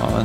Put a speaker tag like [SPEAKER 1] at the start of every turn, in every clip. [SPEAKER 1] Ja,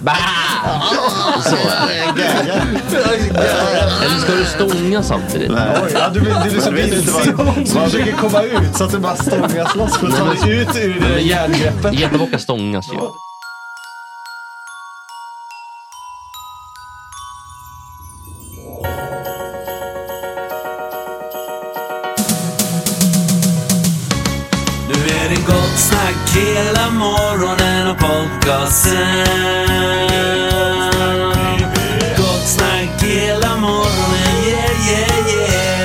[SPEAKER 2] Bah! Så. Eller ska du stånga samtidigt?
[SPEAKER 3] Oj, ja, du vill, du vill, så vill inte vara... Man försöker komma ut så att det bara stångas loss för att ta dig ut ur det där järngreppet.
[SPEAKER 2] Gäddebockar stångas ju.
[SPEAKER 4] Nu är det gott snack hela morgonen och podcasten. Gott snack hela morgonen, yeah, yeah,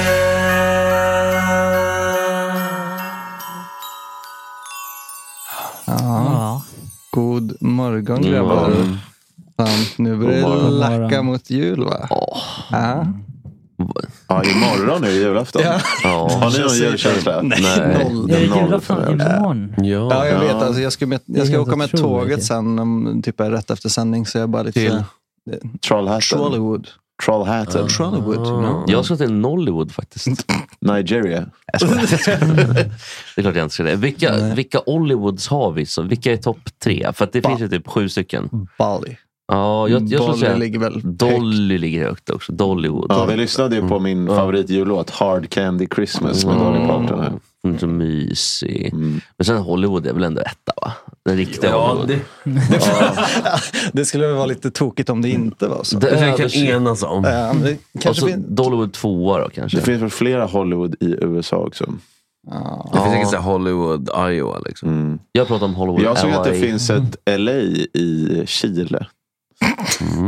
[SPEAKER 4] yeah.
[SPEAKER 5] God morgon grabbar.
[SPEAKER 2] Mm.
[SPEAKER 5] Fan, nu
[SPEAKER 2] God
[SPEAKER 5] börjar det
[SPEAKER 2] morgon.
[SPEAKER 5] lacka mot jul va? Ja.
[SPEAKER 3] Ja, imorgon är det julafton.
[SPEAKER 5] Ja.
[SPEAKER 3] Har ni någon julkänsla?
[SPEAKER 5] Nej. Noll.
[SPEAKER 3] Den noll.
[SPEAKER 6] imorgon?
[SPEAKER 5] Ja, jag vet. Alltså, jag ska, med, jag
[SPEAKER 6] Det är
[SPEAKER 5] ska
[SPEAKER 6] helt
[SPEAKER 5] åka med
[SPEAKER 6] otroligt.
[SPEAKER 5] tåget sen, om, typ är rätt efter sändning. Så jag bara lite...
[SPEAKER 2] Till?
[SPEAKER 3] Trollhättan.
[SPEAKER 5] Trollwood.
[SPEAKER 3] Trollhättan.
[SPEAKER 5] Trollwood.
[SPEAKER 2] Jag ska till Nollywood faktiskt.
[SPEAKER 3] Nigeria.
[SPEAKER 2] Det är klart jag inte ska det. Vilka, vilka Hollywoods har vi? Så, vilka är topp tre? För att det finns ju typ sju stycken.
[SPEAKER 5] Bali.
[SPEAKER 2] Ja, jag, jag skulle
[SPEAKER 5] Dolly
[SPEAKER 2] säga...
[SPEAKER 5] ligger väl högt.
[SPEAKER 2] Dolly ligger högt också. Dollywood.
[SPEAKER 3] Ja, vi lyssnade ju på min favoritjullåt Hard Candy Christmas med Dolly Parton. här.
[SPEAKER 2] Mm, så mysig.
[SPEAKER 5] Mm.
[SPEAKER 2] Men sen Hollywood är väl ändå etta va? Den riktiga Hollywood.
[SPEAKER 5] Det skulle väl vara lite tokigt om det inte var så.
[SPEAKER 2] Det är vi kan enas om.
[SPEAKER 5] Ja,
[SPEAKER 3] Ehm,
[SPEAKER 5] men det kanske
[SPEAKER 2] och så
[SPEAKER 5] finns-
[SPEAKER 2] Dollywood tvåa då kanske.
[SPEAKER 3] Mm. Det finns väl flera Hollywood i USA också.
[SPEAKER 7] Det finns säkert så här Hollywood, Iowa liksom.
[SPEAKER 2] Jag pratar om Hollywood
[SPEAKER 3] Jag såg att det
[SPEAKER 2] LA.
[SPEAKER 3] finns ett LA i Chile.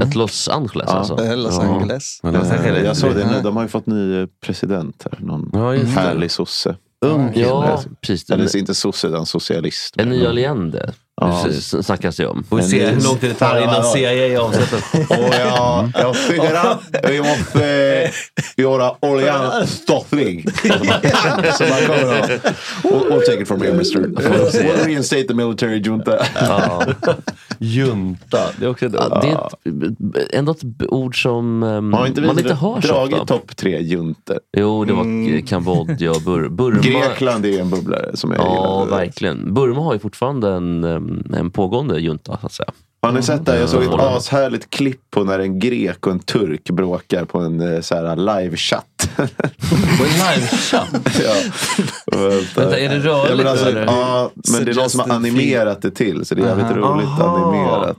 [SPEAKER 2] Ett Los Angeles
[SPEAKER 3] Ja,
[SPEAKER 2] alltså.
[SPEAKER 3] det är Los Angeles.
[SPEAKER 6] Mm.
[SPEAKER 7] Men Los Angeles-
[SPEAKER 3] Eh, Jag såg det nu. De har ju fått ny eh, president här. Någon
[SPEAKER 2] Ja, just det.
[SPEAKER 3] härlig sosse.
[SPEAKER 2] Ung kille. Ja, precis.
[SPEAKER 3] Eller inte sosse, utan socialist.
[SPEAKER 2] En ny allende
[SPEAKER 3] Ja.
[SPEAKER 2] ja. snackas det om.
[SPEAKER 3] Får vi se hur lång tid det tar innan CIA
[SPEAKER 2] avsätter.
[SPEAKER 3] Och jag, jag skyldiga, vi måste eh, göra oljan statlig. Så man kommer att, we'll, we'll take it from here mister. We'll reinstate the military junta.
[SPEAKER 2] Junta, det är också ja, det är ett, b- ändå ett b- ord som ehm,
[SPEAKER 3] Har inte vi
[SPEAKER 2] man inte hör så
[SPEAKER 3] dragit
[SPEAKER 2] ofta.
[SPEAKER 3] topp tre juntor?
[SPEAKER 2] Jo, det var eh, Kambodja och Bur Burma.
[SPEAKER 3] Grekland är ju en bubblare som jag
[SPEAKER 2] Ja,
[SPEAKER 3] gillade.
[SPEAKER 2] verkligen. Burma har ju fortfarande en, ehm, en pågående junta, så att säga.
[SPEAKER 3] Har ni sett det? här? Jag såg ett
[SPEAKER 2] Ja.
[SPEAKER 3] ashärligt klipp på när en grek och en turk bråkar på en eh, så här live-chatt.
[SPEAKER 7] På en livechatt?
[SPEAKER 3] ja.
[SPEAKER 7] Vänta, är det
[SPEAKER 3] Ja,
[SPEAKER 7] rörligt?
[SPEAKER 3] men, alltså,
[SPEAKER 7] eller?
[SPEAKER 3] ja, men det är någon som har
[SPEAKER 7] Suggested
[SPEAKER 3] animerat det till, så det är jävligt
[SPEAKER 7] Aha. Mm.
[SPEAKER 3] roligt animerat.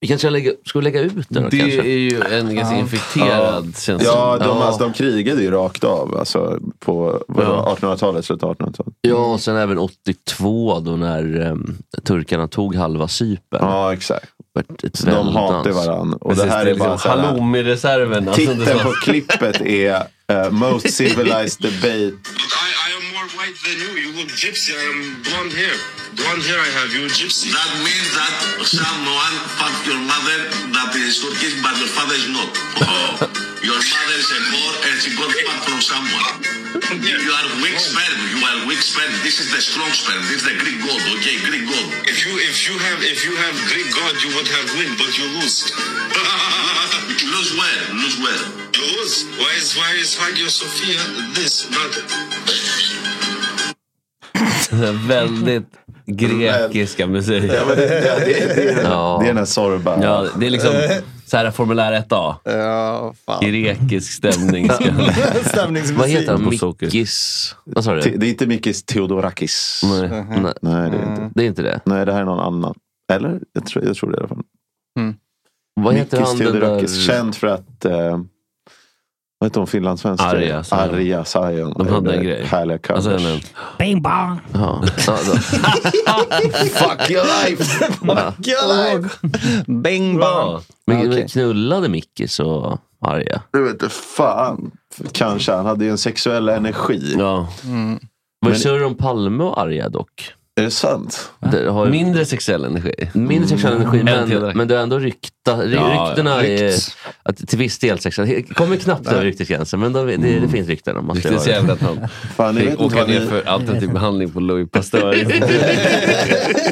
[SPEAKER 2] Vi kanske ska lägga, ska vi lägga ut den då,
[SPEAKER 7] Det
[SPEAKER 2] kanske?
[SPEAKER 7] är ju en ganska
[SPEAKER 2] Ja.
[SPEAKER 7] infekterad
[SPEAKER 3] Ja,
[SPEAKER 7] känsla.
[SPEAKER 3] de, Alltså, de krigade ju rakt av alltså, på vad
[SPEAKER 2] Ja.
[SPEAKER 3] var det, 1800-talet, slutet av 1800-talet.
[SPEAKER 2] Ja, och sen även 82 då när ehm, turkarna tog halva Cypern.
[SPEAKER 3] Ja, exakt.
[SPEAKER 2] Ett
[SPEAKER 3] Så de hatar varandra. Och det här är
[SPEAKER 7] liksom
[SPEAKER 3] bara så här-
[SPEAKER 7] halloumi-reserven. alltså, det
[SPEAKER 3] Titeln
[SPEAKER 7] var-
[SPEAKER 3] på klippet är eh, Most Civilized Debate
[SPEAKER 8] than you. You look gypsy. I am blonde hair. Blonde hair I have. You're gypsy. That means that someone fucked your mother that is Turkish, but your father is not. Oh, your mother is a whore and she got fucked from someone. You are weak sperm. You are weak sperm. This is the strong sperm. This is the Greek god. Okay, Greek god. If you if you have if you have Greek god, you would have win, but you lose. lose where? Lose where? You lose. Why is why is Hagia Sophia this? But
[SPEAKER 7] Väldigt grekiska musik.
[SPEAKER 3] Ja, men det, det, det, det, är-
[SPEAKER 7] Ja.
[SPEAKER 3] det är den här Sorba.
[SPEAKER 7] Ja, det är liksom så här formulär 1A.
[SPEAKER 5] Ja, fan.
[SPEAKER 7] Grekisk stämning. ska-
[SPEAKER 5] Stämningsmusik.
[SPEAKER 7] Vad heter han på socker?
[SPEAKER 2] Mickis... Vad sa du?
[SPEAKER 3] Ti- Det är inte Mikis Theodorakis.
[SPEAKER 2] Nej. Mm.
[SPEAKER 3] Nej. Nej, det är inte.
[SPEAKER 2] Det är inte det?
[SPEAKER 3] Nej, det här är någon annan. Eller? Jag tror, jag tror det i alla fall.
[SPEAKER 2] Vad heter
[SPEAKER 3] Mikis
[SPEAKER 2] han den
[SPEAKER 3] Theodorakis,
[SPEAKER 2] där-
[SPEAKER 3] känd för att... Eh, vad heter hon, finlandssvenska?
[SPEAKER 7] Arja Saijon.
[SPEAKER 3] Arja Saijon.
[SPEAKER 7] De hade en
[SPEAKER 3] Gjorde
[SPEAKER 7] grej.
[SPEAKER 3] Härliga covers.
[SPEAKER 7] Alltså, en-
[SPEAKER 6] Bing bong!
[SPEAKER 2] Ja. Ja, då.
[SPEAKER 3] Fuck your life! Fuck your life!
[SPEAKER 5] Bing
[SPEAKER 2] bang! Men knullade Mickis och Arja?
[SPEAKER 3] Du vet inte fan. Kanske. Han hade ju en sexuell energi. Mm.
[SPEAKER 2] Ja. Var det surr om Palme och Arja dock?
[SPEAKER 3] Är det sant?
[SPEAKER 2] Det har,
[SPEAKER 7] Mindre sexuell energi. Mm.
[SPEAKER 2] mindre sexuell energi,
[SPEAKER 7] Än
[SPEAKER 2] men,
[SPEAKER 7] Theodorakis.
[SPEAKER 2] men det är ändå rykta, ry-
[SPEAKER 7] Ja,
[SPEAKER 2] ryktena
[SPEAKER 7] rykt.
[SPEAKER 2] är att, till viss del sexuell. Kommer knappt över ryktesgränsen, men de, det, det finns rykten om att det
[SPEAKER 7] Det Mm. är så jävla att han
[SPEAKER 3] Fan, jag vet
[SPEAKER 7] fick
[SPEAKER 3] inte
[SPEAKER 7] åka
[SPEAKER 3] vad
[SPEAKER 7] ner
[SPEAKER 3] ni-
[SPEAKER 7] för alternativ behandling på Louis Pasteur.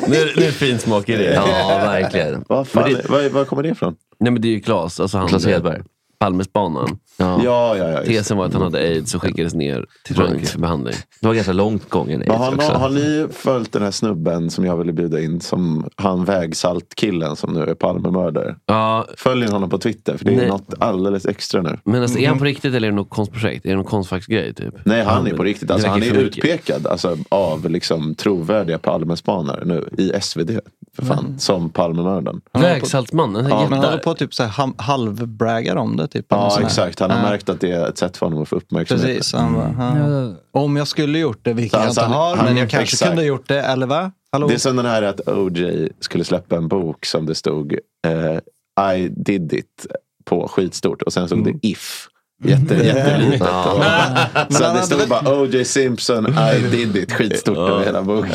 [SPEAKER 7] nu, nu är finsmakeri.
[SPEAKER 2] Ja, verkligen.
[SPEAKER 3] Vad fan, var, var kommer det ifrån?
[SPEAKER 7] Nej, men det är ju Klas. Alltså han,
[SPEAKER 2] Claes Hedberg.
[SPEAKER 7] Palmesbanan.
[SPEAKER 2] Ja.
[SPEAKER 3] Ja, ja, ja. just det.
[SPEAKER 7] Tesen var att han hade aids och skickades ner till Frankrike för behandling.
[SPEAKER 2] Det var ganska långt gången i
[SPEAKER 3] Men har,
[SPEAKER 2] också.
[SPEAKER 3] har ni följt den här snubben som jag ville bjuda in? Som han vägsaltkillen som nu är Palmemördare.
[SPEAKER 7] Ja,
[SPEAKER 3] Följer ni honom på Twitter? För det är
[SPEAKER 7] Nej.
[SPEAKER 3] något alldeles extra nu.
[SPEAKER 7] men alltså, är han på riktigt eller är det något konstprojekt? Är det någon konstfacksgrej? Typ?
[SPEAKER 3] Nej, han
[SPEAKER 7] Ja,
[SPEAKER 3] är på
[SPEAKER 7] men-
[SPEAKER 3] riktigt. Alltså,
[SPEAKER 7] det
[SPEAKER 3] han
[SPEAKER 7] räcker
[SPEAKER 3] är
[SPEAKER 7] för mycket.
[SPEAKER 3] utpekad alltså, av liksom, trovärdiga Palmespanare nu i SvD. För fan,
[SPEAKER 7] Mm.
[SPEAKER 3] som Palmemördaren.
[SPEAKER 7] Vägsaltmannen.
[SPEAKER 5] Ja,
[SPEAKER 7] Ja,
[SPEAKER 5] men han håller på att typ så här ham- halvbraggar om det. Typ, eller
[SPEAKER 3] Ja,
[SPEAKER 5] sån här.
[SPEAKER 3] exakt. Han har
[SPEAKER 5] Ja,
[SPEAKER 3] märkt att det är ett sätt för honom att få uppmärksamhet.
[SPEAKER 5] Precis. Han bara, "Ha." Om jag skulle gjort det,
[SPEAKER 3] Så
[SPEAKER 5] vilket jag
[SPEAKER 3] alltså
[SPEAKER 5] inte
[SPEAKER 3] han-
[SPEAKER 5] har,
[SPEAKER 3] han-
[SPEAKER 5] men jag kanske
[SPEAKER 3] exakt.
[SPEAKER 5] kunde gjort det. Eller va? Hallå?
[SPEAKER 3] Det är som den här att OJ skulle släppa en bok
[SPEAKER 2] Mm.
[SPEAKER 3] som det stod eh, I did it på skitstort och sen stod det If. Jätte, jättelitet.
[SPEAKER 7] Ja.
[SPEAKER 3] Och- Så det stod bara O.J. Simpson, I did it. Skitstort över hela boken.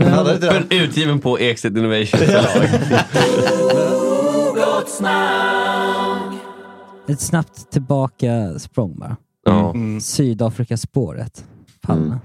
[SPEAKER 7] Öppen utgiven på Exit Innovation.
[SPEAKER 9] Ett snabbt tillbaka språng bara.
[SPEAKER 2] Ja.
[SPEAKER 5] Mm.
[SPEAKER 9] Sydafrikaspåret. Palme.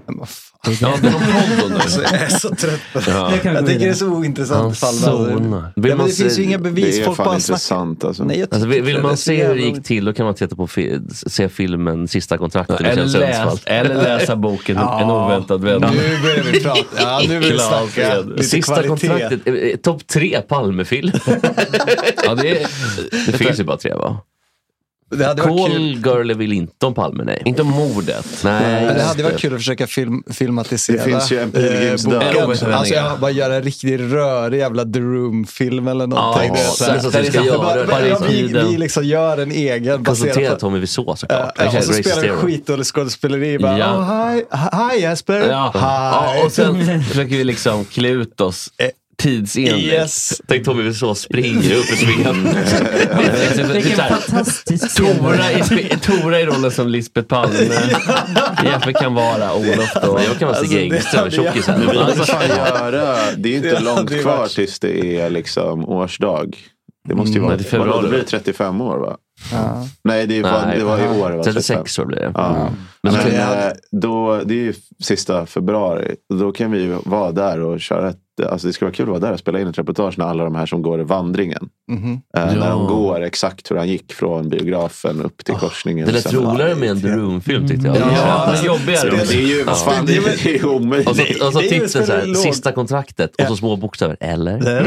[SPEAKER 2] Ja, det är någon podd då nu.
[SPEAKER 5] Alltså, jag är så trött på det.
[SPEAKER 2] Ja.
[SPEAKER 5] Jag tycker det är så ointressant.
[SPEAKER 2] Han
[SPEAKER 5] fall, alltså.
[SPEAKER 2] zonar.
[SPEAKER 5] Ja, men det finns ju inga bevis. Folk bara snackar.
[SPEAKER 3] alltså.
[SPEAKER 5] Nej, jag tycker
[SPEAKER 2] Alltså, vill,
[SPEAKER 5] inte
[SPEAKER 2] vill
[SPEAKER 5] det.
[SPEAKER 2] man
[SPEAKER 5] Det är så
[SPEAKER 2] se hur det
[SPEAKER 5] jävla
[SPEAKER 2] gick till då kan man titta på fi- se filmen Sista kontraktet med
[SPEAKER 7] Eller
[SPEAKER 2] Kjell
[SPEAKER 7] läs-
[SPEAKER 2] Sundsvall.
[SPEAKER 7] eller läsa boken En oväntad vändan.
[SPEAKER 5] Nu börjar vi prata. Ja, nu börjar vi
[SPEAKER 2] Klas
[SPEAKER 5] snacka
[SPEAKER 2] Fred.
[SPEAKER 5] lite
[SPEAKER 2] Sista
[SPEAKER 5] kvalitet.
[SPEAKER 2] kontraktet. eh, eh, Topp tre Palmefilmer. ja, det, är, det finns ju bara tre va?
[SPEAKER 5] Det hade varit
[SPEAKER 2] Cole
[SPEAKER 5] kul.
[SPEAKER 2] Gurley vill inte om Palme, nej. Inte om mordet. Nej,
[SPEAKER 5] Men det
[SPEAKER 2] just
[SPEAKER 5] hade varit kul att försöka film, filmatisera.
[SPEAKER 2] Det finns ju en
[SPEAKER 5] eh,
[SPEAKER 2] pilgrimsdag.
[SPEAKER 5] boken.
[SPEAKER 2] En återvändning.
[SPEAKER 5] Alltså jag bara göra en riktigt rörig jävla The Room-film eller någonting.
[SPEAKER 2] Ja,
[SPEAKER 5] Det är så här-
[SPEAKER 2] det är så att vi ska
[SPEAKER 5] Det är bara-
[SPEAKER 2] göra
[SPEAKER 5] bara-
[SPEAKER 2] det.
[SPEAKER 5] vi, vi liksom gör en egen
[SPEAKER 2] Konsultera
[SPEAKER 5] baserad på...
[SPEAKER 2] Tommy Wiseau såklart.
[SPEAKER 5] Ja, och så
[SPEAKER 2] Ray
[SPEAKER 5] spelar vi
[SPEAKER 2] Stero.
[SPEAKER 5] skitdålig skådespeleri. Bara,
[SPEAKER 2] Ja.
[SPEAKER 5] oh, hi, hi Jesper.
[SPEAKER 7] Ja.
[SPEAKER 5] Hi.
[SPEAKER 7] Ja, och sen försöker vi liksom klä ut oss tidsenligt.
[SPEAKER 5] Yes.
[SPEAKER 2] Tänk Tommy Wiseau springer upp i svingen. liksom typ
[SPEAKER 7] Vilken
[SPEAKER 9] fantastisk
[SPEAKER 7] Tora i, spe- Tora i rollen som Lisbeth Palme. Jeppe kan vara Olof då.
[SPEAKER 2] Jag kan vara
[SPEAKER 5] Alltså,
[SPEAKER 2] Stig Engström, tjockisen.
[SPEAKER 3] Men alltså, vi måste fan göra. Det är ju
[SPEAKER 7] Ja,
[SPEAKER 3] inte
[SPEAKER 7] det
[SPEAKER 3] långt
[SPEAKER 7] är
[SPEAKER 3] kvar
[SPEAKER 7] värst.
[SPEAKER 3] tills det är liksom årsdag. Det måste ju
[SPEAKER 2] Mm,
[SPEAKER 3] vara...
[SPEAKER 2] det är februari,
[SPEAKER 3] Vadå, det blir
[SPEAKER 2] va?
[SPEAKER 3] 35 år va? Nej, det, var,
[SPEAKER 2] Nej,
[SPEAKER 3] det var i år. det var
[SPEAKER 2] 36 år blir det.
[SPEAKER 3] Ja.
[SPEAKER 2] Men
[SPEAKER 3] Men,
[SPEAKER 2] så-
[SPEAKER 3] eh, då, det är ju sista februari. Då kan vi ju vara där och köra ett... Alltså det ska vara kul att vara där och spela in ett reportage när alla de här som går i vandringen. Eh, När de går exakt hur han gick från biografen upp till korsningen.
[SPEAKER 2] Ah, Det
[SPEAKER 3] och
[SPEAKER 2] lät
[SPEAKER 3] sen-
[SPEAKER 2] roligare med en The Room-film tyckte jag.
[SPEAKER 3] Ja,
[SPEAKER 2] det
[SPEAKER 3] alltså,
[SPEAKER 2] känns jobbigare.
[SPEAKER 3] det är ju- vad fan, det är ju omöjligt.
[SPEAKER 2] Och så, och så
[SPEAKER 3] Det är ju
[SPEAKER 2] titeln såhär,
[SPEAKER 3] spelolog.
[SPEAKER 2] sista kontraktet och så små bokstäver. Eller?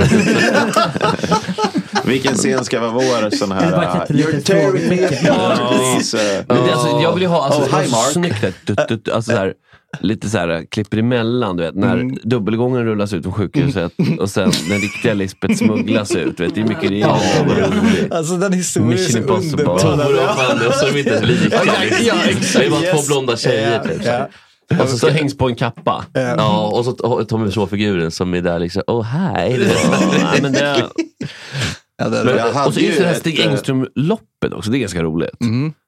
[SPEAKER 3] Vilken scen ska vara vår sån
[SPEAKER 2] Det var ett
[SPEAKER 3] här... eh,
[SPEAKER 2] jättelitet frågetecken.
[SPEAKER 7] Men det, är alltså, jag vill ju ha alltså,
[SPEAKER 3] Oh,
[SPEAKER 7] det var
[SPEAKER 3] hi,
[SPEAKER 7] så
[SPEAKER 3] Mark.
[SPEAKER 7] snyggt där. Du, du, du, alltså, så här, lite så här, äh, klipper emellan, du vet, när
[SPEAKER 2] Mm.
[SPEAKER 7] dubbelgången rullas ut från sjukhuset
[SPEAKER 3] Mm.
[SPEAKER 7] och sen den riktiga Lisbeth smugglas ut. Vet, det är mycket det.
[SPEAKER 5] Ja.
[SPEAKER 7] roligt.
[SPEAKER 5] Alltså den historien är så
[SPEAKER 7] Mission Impossible.
[SPEAKER 5] underbar.
[SPEAKER 7] Tor och Fanny, och så är de inte lika.
[SPEAKER 5] Ja, exakt, ja, exakt.
[SPEAKER 2] Det är bara två blonda tjejer,
[SPEAKER 5] Ja,
[SPEAKER 2] typ, så
[SPEAKER 5] ja.
[SPEAKER 2] här. Och så, så hängs på en kappa. Ja, och så t- Tommy Wiseau-figuren som är där liksom, oh hi. Ja, men det,
[SPEAKER 7] Men,
[SPEAKER 2] jag hade
[SPEAKER 7] och så just
[SPEAKER 2] ju
[SPEAKER 7] det här
[SPEAKER 2] ett,
[SPEAKER 7] Stig
[SPEAKER 2] eh, Mhm.
[SPEAKER 7] Engström-loppet också, det är ganska roligt.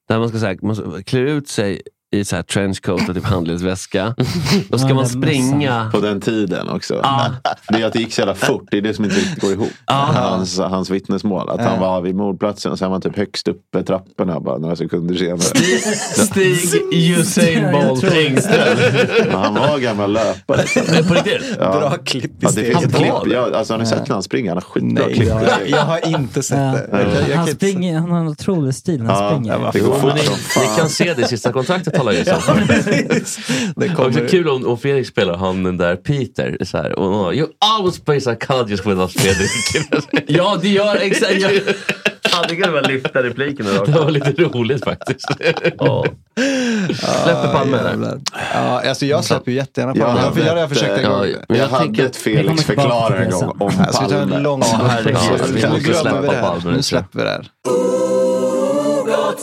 [SPEAKER 7] Där man ska, så här, man ska klä ut sig i så här trenchcoat och typ handledsväska. Då ska
[SPEAKER 3] Ja,
[SPEAKER 7] man
[SPEAKER 3] den
[SPEAKER 7] springa...
[SPEAKER 3] På den tiden också. Det är att det gick så jävla fort. Det är det som inte riktigt går ihop. Hans, hans vittnesmål. Att han
[SPEAKER 7] Ja.
[SPEAKER 3] var vid mordplatsen och sen var han typ högst uppe i trapporna bara några sekunder senare.
[SPEAKER 7] Stig Usain Bolt Engström.
[SPEAKER 3] Men han var gammal löpare.
[SPEAKER 7] På riktigt?
[SPEAKER 5] Bra klipp i
[SPEAKER 3] Ja, det finns
[SPEAKER 5] steget.
[SPEAKER 3] ett klipp. Ja, alltså, har ni sett när han springer? Han har skitbra
[SPEAKER 5] Nej,
[SPEAKER 3] klipp.
[SPEAKER 5] jag, jag har inte sett det.
[SPEAKER 3] Ja.
[SPEAKER 5] Jag, kan- jag,
[SPEAKER 9] Han,
[SPEAKER 5] kan inte-
[SPEAKER 9] springer, han har en otrolig stil när han
[SPEAKER 3] Ja,
[SPEAKER 9] springer.
[SPEAKER 3] det går fort som
[SPEAKER 2] ni kan se det i sista kontraktet talar jag om.
[SPEAKER 5] Det
[SPEAKER 2] kommer... Också kul om, om Fredrik spelar han den där Peter. Så här, och, och, you always play psychologist with us Fredrik.
[SPEAKER 7] ja, det gör exakt. Jag... Ja, det kan väl lyfta repliken. Det
[SPEAKER 2] var lite roligt faktiskt.
[SPEAKER 7] Släpper Palme där.
[SPEAKER 5] Ja, alltså jag släpper ju jättegärna
[SPEAKER 3] Jag
[SPEAKER 5] Palme. Jag,
[SPEAKER 3] hade
[SPEAKER 5] för jag, jag
[SPEAKER 3] ett,
[SPEAKER 5] försökte en
[SPEAKER 3] eh,
[SPEAKER 5] gång.
[SPEAKER 3] jag Vi hade tänker- ett Felix vi kommer tillbaka förklarar till det en gång sen. om
[SPEAKER 5] Ja, Ska vi ta
[SPEAKER 3] Palme.
[SPEAKER 5] en lång
[SPEAKER 3] Ja, herregud.
[SPEAKER 5] Ja,
[SPEAKER 3] Vi
[SPEAKER 5] kan
[SPEAKER 3] måste
[SPEAKER 5] glömma
[SPEAKER 3] släppa
[SPEAKER 5] det här.
[SPEAKER 3] Palme
[SPEAKER 5] Nu
[SPEAKER 3] nu.
[SPEAKER 5] släpper vi det här.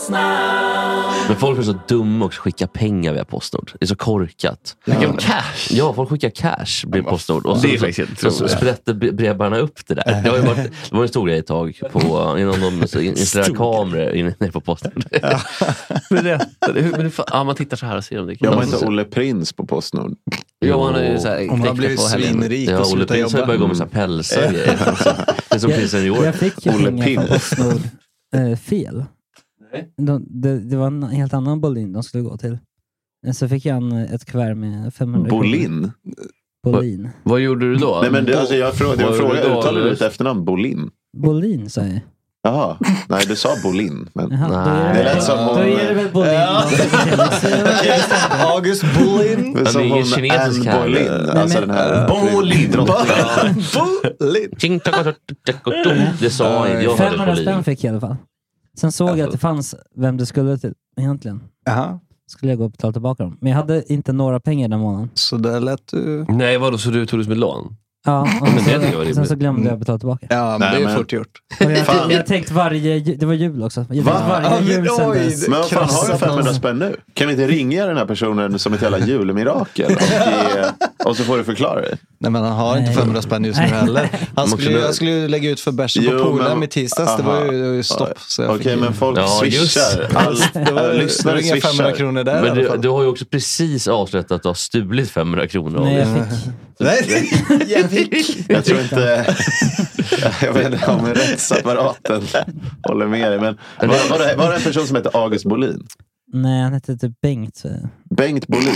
[SPEAKER 2] Men folk är så dumma också, skicka pengar via Postnord. Det är så korkat.
[SPEAKER 7] Skickar de
[SPEAKER 2] cash? Ja, folk skickar cash via Postnord. Och
[SPEAKER 7] fan.
[SPEAKER 2] så,
[SPEAKER 7] Det är
[SPEAKER 2] så,
[SPEAKER 7] faktiskt helt
[SPEAKER 2] så, så
[SPEAKER 7] otroligt.
[SPEAKER 2] sprätter bre- brevbärarna upp det där. Det, har ju varit, det var en stor grej ett tag på, innan de så in- installerade kameror inne inne på Postnord.
[SPEAKER 7] Berätta. det. Hur- Men hur fan- ja, man tittar så här och ser om det
[SPEAKER 3] Jag var inte Olle Prins på Postnord.
[SPEAKER 7] Ja, han är ju så här, knäckt på helgen.
[SPEAKER 2] Ja, Olle Prins har ju börjat gå med så här pälsar och grejer. Det är som
[SPEAKER 9] Jag-
[SPEAKER 2] Prins Senior.
[SPEAKER 9] Jag fick ju pengar från Postnord eh, fel.
[SPEAKER 2] Nej.
[SPEAKER 9] De, det, det var en helt annan Bolin de skulle gå till. Eh, Så fick jag en, eh, ett kuvert med 500 kronor.
[SPEAKER 3] Bolin?
[SPEAKER 9] Bolin.
[SPEAKER 7] Vad gjorde du då?
[SPEAKER 3] Nej, men det, alltså, jag frågade, jag
[SPEAKER 7] Vad gjorde
[SPEAKER 3] frågade
[SPEAKER 7] du då,
[SPEAKER 3] uttalade du
[SPEAKER 7] Alex?
[SPEAKER 3] ditt efternamn Bolin?
[SPEAKER 9] Bolin sa jag.
[SPEAKER 3] Jaha, nej du sa Bolin. Men...
[SPEAKER 9] Jaha,
[SPEAKER 3] Det lät som hon...
[SPEAKER 9] Då är det väl Bolin.
[SPEAKER 5] August Bolin.
[SPEAKER 3] Det är som hon Anne Boleyn. Alltså den här...
[SPEAKER 2] Bolin!
[SPEAKER 5] Bolin!
[SPEAKER 2] Det sa jag. Jag hörde
[SPEAKER 9] 500
[SPEAKER 2] Bolin.
[SPEAKER 9] spänn fick jag i alla fall. Sen såg
[SPEAKER 7] Alltså.
[SPEAKER 9] jag att det fanns vem det skulle till egentligen. Skulle jag gå och betala tillbaka dem. Men jag hade inte några pengar den månaden.
[SPEAKER 5] Så där lät du...
[SPEAKER 7] Nej, vadå, så du tog det som ett lån?
[SPEAKER 9] Ja, och
[SPEAKER 7] Men det
[SPEAKER 9] sen,
[SPEAKER 7] tycker jag var
[SPEAKER 9] så, sen
[SPEAKER 7] rimligt.
[SPEAKER 9] så glömde jag betala tillbaka.
[SPEAKER 5] Ja,
[SPEAKER 7] men det är ju fort
[SPEAKER 5] gjort.
[SPEAKER 9] Och jag,
[SPEAKER 7] Fan.
[SPEAKER 9] jag har typ, tänkt varje ju- Det var jul också. Jag har tänkt varje jul sen dess.
[SPEAKER 3] Men vad fan har
[SPEAKER 9] Krossat
[SPEAKER 3] du 500
[SPEAKER 9] någon-
[SPEAKER 3] spänn nu? Kan vi inte ringa den här personen som ett jävla julmirakel och ge Och så får du förklara det.
[SPEAKER 5] Nej, men han har inte 500 spänn just nu heller. Han skulle, ju- jag skulle ju lägga ut för bärsen på
[SPEAKER 3] Jo,
[SPEAKER 5] polaren
[SPEAKER 3] men-
[SPEAKER 5] i tisdags. Det var ju det var ju stopp. så jag
[SPEAKER 3] Okej,
[SPEAKER 5] fick ju-
[SPEAKER 3] men folk
[SPEAKER 5] Allt- det var- det var inga 500 kronor där i
[SPEAKER 2] Men
[SPEAKER 5] alla
[SPEAKER 2] du,
[SPEAKER 5] fall.
[SPEAKER 2] du har ju också precis avslöjat att du har stulit 500 kronor av
[SPEAKER 5] Nej, jag
[SPEAKER 2] dig.
[SPEAKER 5] Nej, jag fick.
[SPEAKER 3] Jag tror inte... Jag vet inte om rättsapparaten håller med dig. Men var, var, det, var det en person som hette August Bolin?
[SPEAKER 9] Nej, han hette typ Bengt.
[SPEAKER 3] Eh,
[SPEAKER 9] så-
[SPEAKER 3] Bengt Bolin?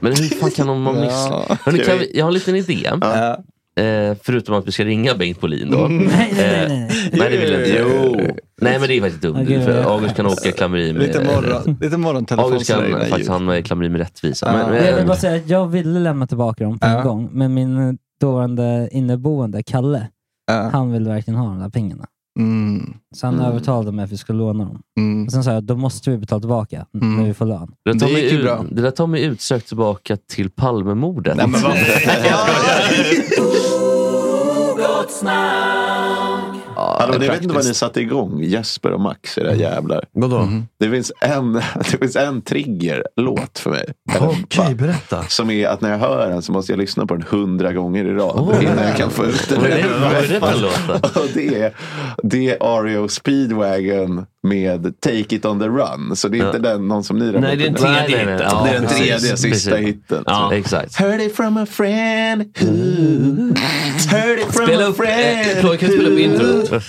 [SPEAKER 2] Men hur fan kan någon man missa?
[SPEAKER 3] Ja.
[SPEAKER 2] Hörrni,
[SPEAKER 3] Ska
[SPEAKER 2] kan
[SPEAKER 3] vi-
[SPEAKER 2] vi, jag har en liten idé. Eh, förutom att vi ska ringa Bengt Bolin då.
[SPEAKER 9] Mm. Nej, nej, nej, nej.
[SPEAKER 2] Eh, nej, det vill jag inte.
[SPEAKER 3] Jo.
[SPEAKER 2] Nej, men det är faktiskt dumt.
[SPEAKER 5] Okej,
[SPEAKER 2] för
[SPEAKER 5] men-
[SPEAKER 2] August kan åka i klammeri med...
[SPEAKER 5] Lite, morgon, lite morgontelefon.
[SPEAKER 2] August kan
[SPEAKER 5] sådär.
[SPEAKER 2] faktiskt hamna i klammeri med rättvisa.
[SPEAKER 5] Ja.
[SPEAKER 2] Men,
[SPEAKER 3] eh.
[SPEAKER 2] eh,
[SPEAKER 9] Men jag vill
[SPEAKER 2] men,
[SPEAKER 9] bara säga att jag ville lämna tillbaka dem på en gång, men min dåvarande inneboende, Kalle, han ville verkligen ha de där pengarna. Så han
[SPEAKER 5] Mm.
[SPEAKER 9] övertalade mig att vi skulle låna dem.
[SPEAKER 5] Mm.
[SPEAKER 9] Och sen sa jag, då måste vi betala tillbaka n-
[SPEAKER 5] Mm.
[SPEAKER 9] när vi får lön.
[SPEAKER 2] det, där tar
[SPEAKER 5] Det
[SPEAKER 2] mig
[SPEAKER 5] gick ju
[SPEAKER 2] ut-
[SPEAKER 5] bra.
[SPEAKER 2] det där tar mig utsökt tillbaka till Palmemordet.
[SPEAKER 5] Nej, men vad-
[SPEAKER 3] Hallå, ni vet inte vad ni satte igång, Jesper och Max, era jävlar.
[SPEAKER 7] Mm. Vadå? Mm.
[SPEAKER 3] Det, finns en, det finns en triggerlåt för mig. Okej,
[SPEAKER 7] berätta.
[SPEAKER 3] Som är att när jag hör den så måste jag lyssna på den hundra gånger i rad innan jag kan få ut den.
[SPEAKER 7] Vad är det- vad är det för låt
[SPEAKER 3] Och det, är, det är Ario Speedwagon med Take It On The Run. Så det är inte den, någon som ni
[SPEAKER 7] Nej, det är den tredje
[SPEAKER 3] Nej, nej, nej.
[SPEAKER 7] hitten.
[SPEAKER 3] Det är den
[SPEAKER 7] Ja, precis.
[SPEAKER 3] tredje, sista
[SPEAKER 7] Precis.
[SPEAKER 3] hitten.
[SPEAKER 7] Ja, exakt.
[SPEAKER 3] Heard it from a friend who Heard it from
[SPEAKER 7] Spela
[SPEAKER 3] a
[SPEAKER 7] upp,
[SPEAKER 3] friend
[SPEAKER 7] eh, Ploy, kan du spela upp
[SPEAKER 3] who
[SPEAKER 7] introt?
[SPEAKER 3] Heard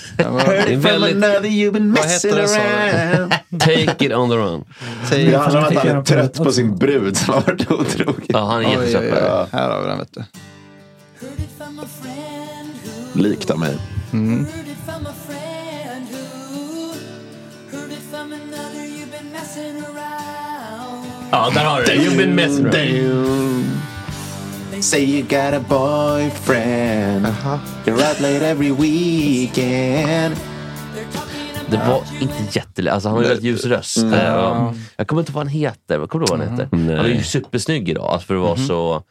[SPEAKER 7] Det är
[SPEAKER 3] it from
[SPEAKER 7] väldigt-
[SPEAKER 3] another you've been messing around
[SPEAKER 7] Take it on the run.
[SPEAKER 3] Det handlar om att han är trött på sin brud som har varit otrogen.
[SPEAKER 2] Ja, han
[SPEAKER 5] är jättetrött på det.
[SPEAKER 3] Här har vi den vet du. Likt av mig.
[SPEAKER 2] Ja, där har du det. You've been messing around.
[SPEAKER 3] Damn. Say you got a boyfriend You're out late every weekend
[SPEAKER 2] Det var inte jättelätt. Alltså, han har ju väldigt ljus röst.
[SPEAKER 7] Mm.
[SPEAKER 2] Eh, Jag kommer inte ihåg vad han heter. Kommer du ihåg vad han heter? Han är ju
[SPEAKER 7] Nej. Mhm.
[SPEAKER 2] supersnygg idag. Alltså för att vara så...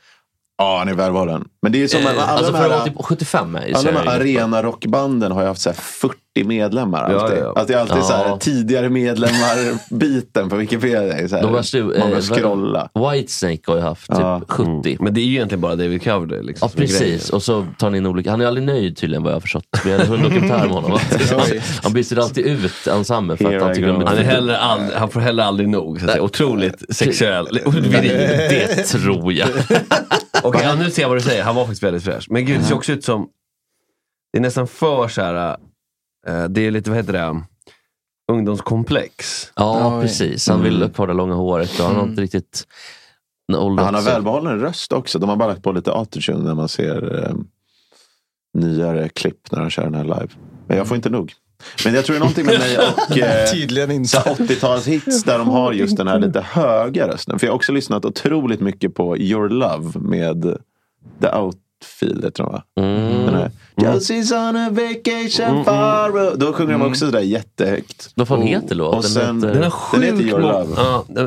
[SPEAKER 3] Ja, han är välvalen. Men det är ju som alla
[SPEAKER 2] alltså
[SPEAKER 3] de
[SPEAKER 2] för att
[SPEAKER 3] här-
[SPEAKER 2] vara typ 75 är ju så
[SPEAKER 3] Alla de här
[SPEAKER 2] här-
[SPEAKER 3] arenarockbanden har ju haft så här 40 medlemmar.
[SPEAKER 2] Ja,
[SPEAKER 3] Alltid.
[SPEAKER 2] ja, ja.
[SPEAKER 3] Att det är alltid så här,
[SPEAKER 2] Ja.
[SPEAKER 3] tidigare medlemmar-biten på Wikipedia. Det är Så här,
[SPEAKER 2] De var slu- eh,
[SPEAKER 3] man
[SPEAKER 2] vad-
[SPEAKER 3] börjar scrolla.
[SPEAKER 2] Whitesnake har ju haft typ 70.
[SPEAKER 7] Mm. Men det är ju egentligen bara David Coverdale. Liksom,
[SPEAKER 2] Ja,
[SPEAKER 7] som är grejen.
[SPEAKER 2] precis. Och så tar ni in olika... Han är aldrig nöjd tydligen vad jag har förstått. Vi har en dokumentär med honom. Han, han byter alltid ut ensemble för att han tycker de
[SPEAKER 7] han, är
[SPEAKER 2] betyder-
[SPEAKER 7] heller aldrig, han får heller aldrig nog. Så att säga. Otroligt sexuell. Och viril.
[SPEAKER 2] Det tror jag.
[SPEAKER 7] Okej, ja, nu ser jag vad du säger. Han var faktiskt väldigt fräsch. Men gud, det ser också ut som... Det är nästan för så här... eh, det är lite, vad heter det? Ungdomskomplex.
[SPEAKER 2] Ja, precis. Han vill ha kvar det långa håret och han har
[SPEAKER 7] Mm.
[SPEAKER 2] inte riktigt...
[SPEAKER 3] Han har välbehållen röst också. De har bara lagt på lite autotune när man ser eh, nyare klipp när han kör den här live. Men jag får inte nog. Men jag tror det är någonting med mig och eh,
[SPEAKER 5] Tydligen inte.
[SPEAKER 3] så här 80-talshits där de har just den här lite höga rösten. För jag har också lyssnat otroligt mycket på Your Love med The Outfield, heter de va?
[SPEAKER 2] Mm.
[SPEAKER 3] Den här, Josie's on a vacation far away. Då sjunger de också sådär jättehögt.
[SPEAKER 2] Vad fan heter låten?
[SPEAKER 3] Och sen,
[SPEAKER 2] Den
[SPEAKER 3] den,
[SPEAKER 2] heter-
[SPEAKER 7] Den har sjukt
[SPEAKER 3] heter Your
[SPEAKER 7] många-
[SPEAKER 3] Love.
[SPEAKER 7] Ja, eh,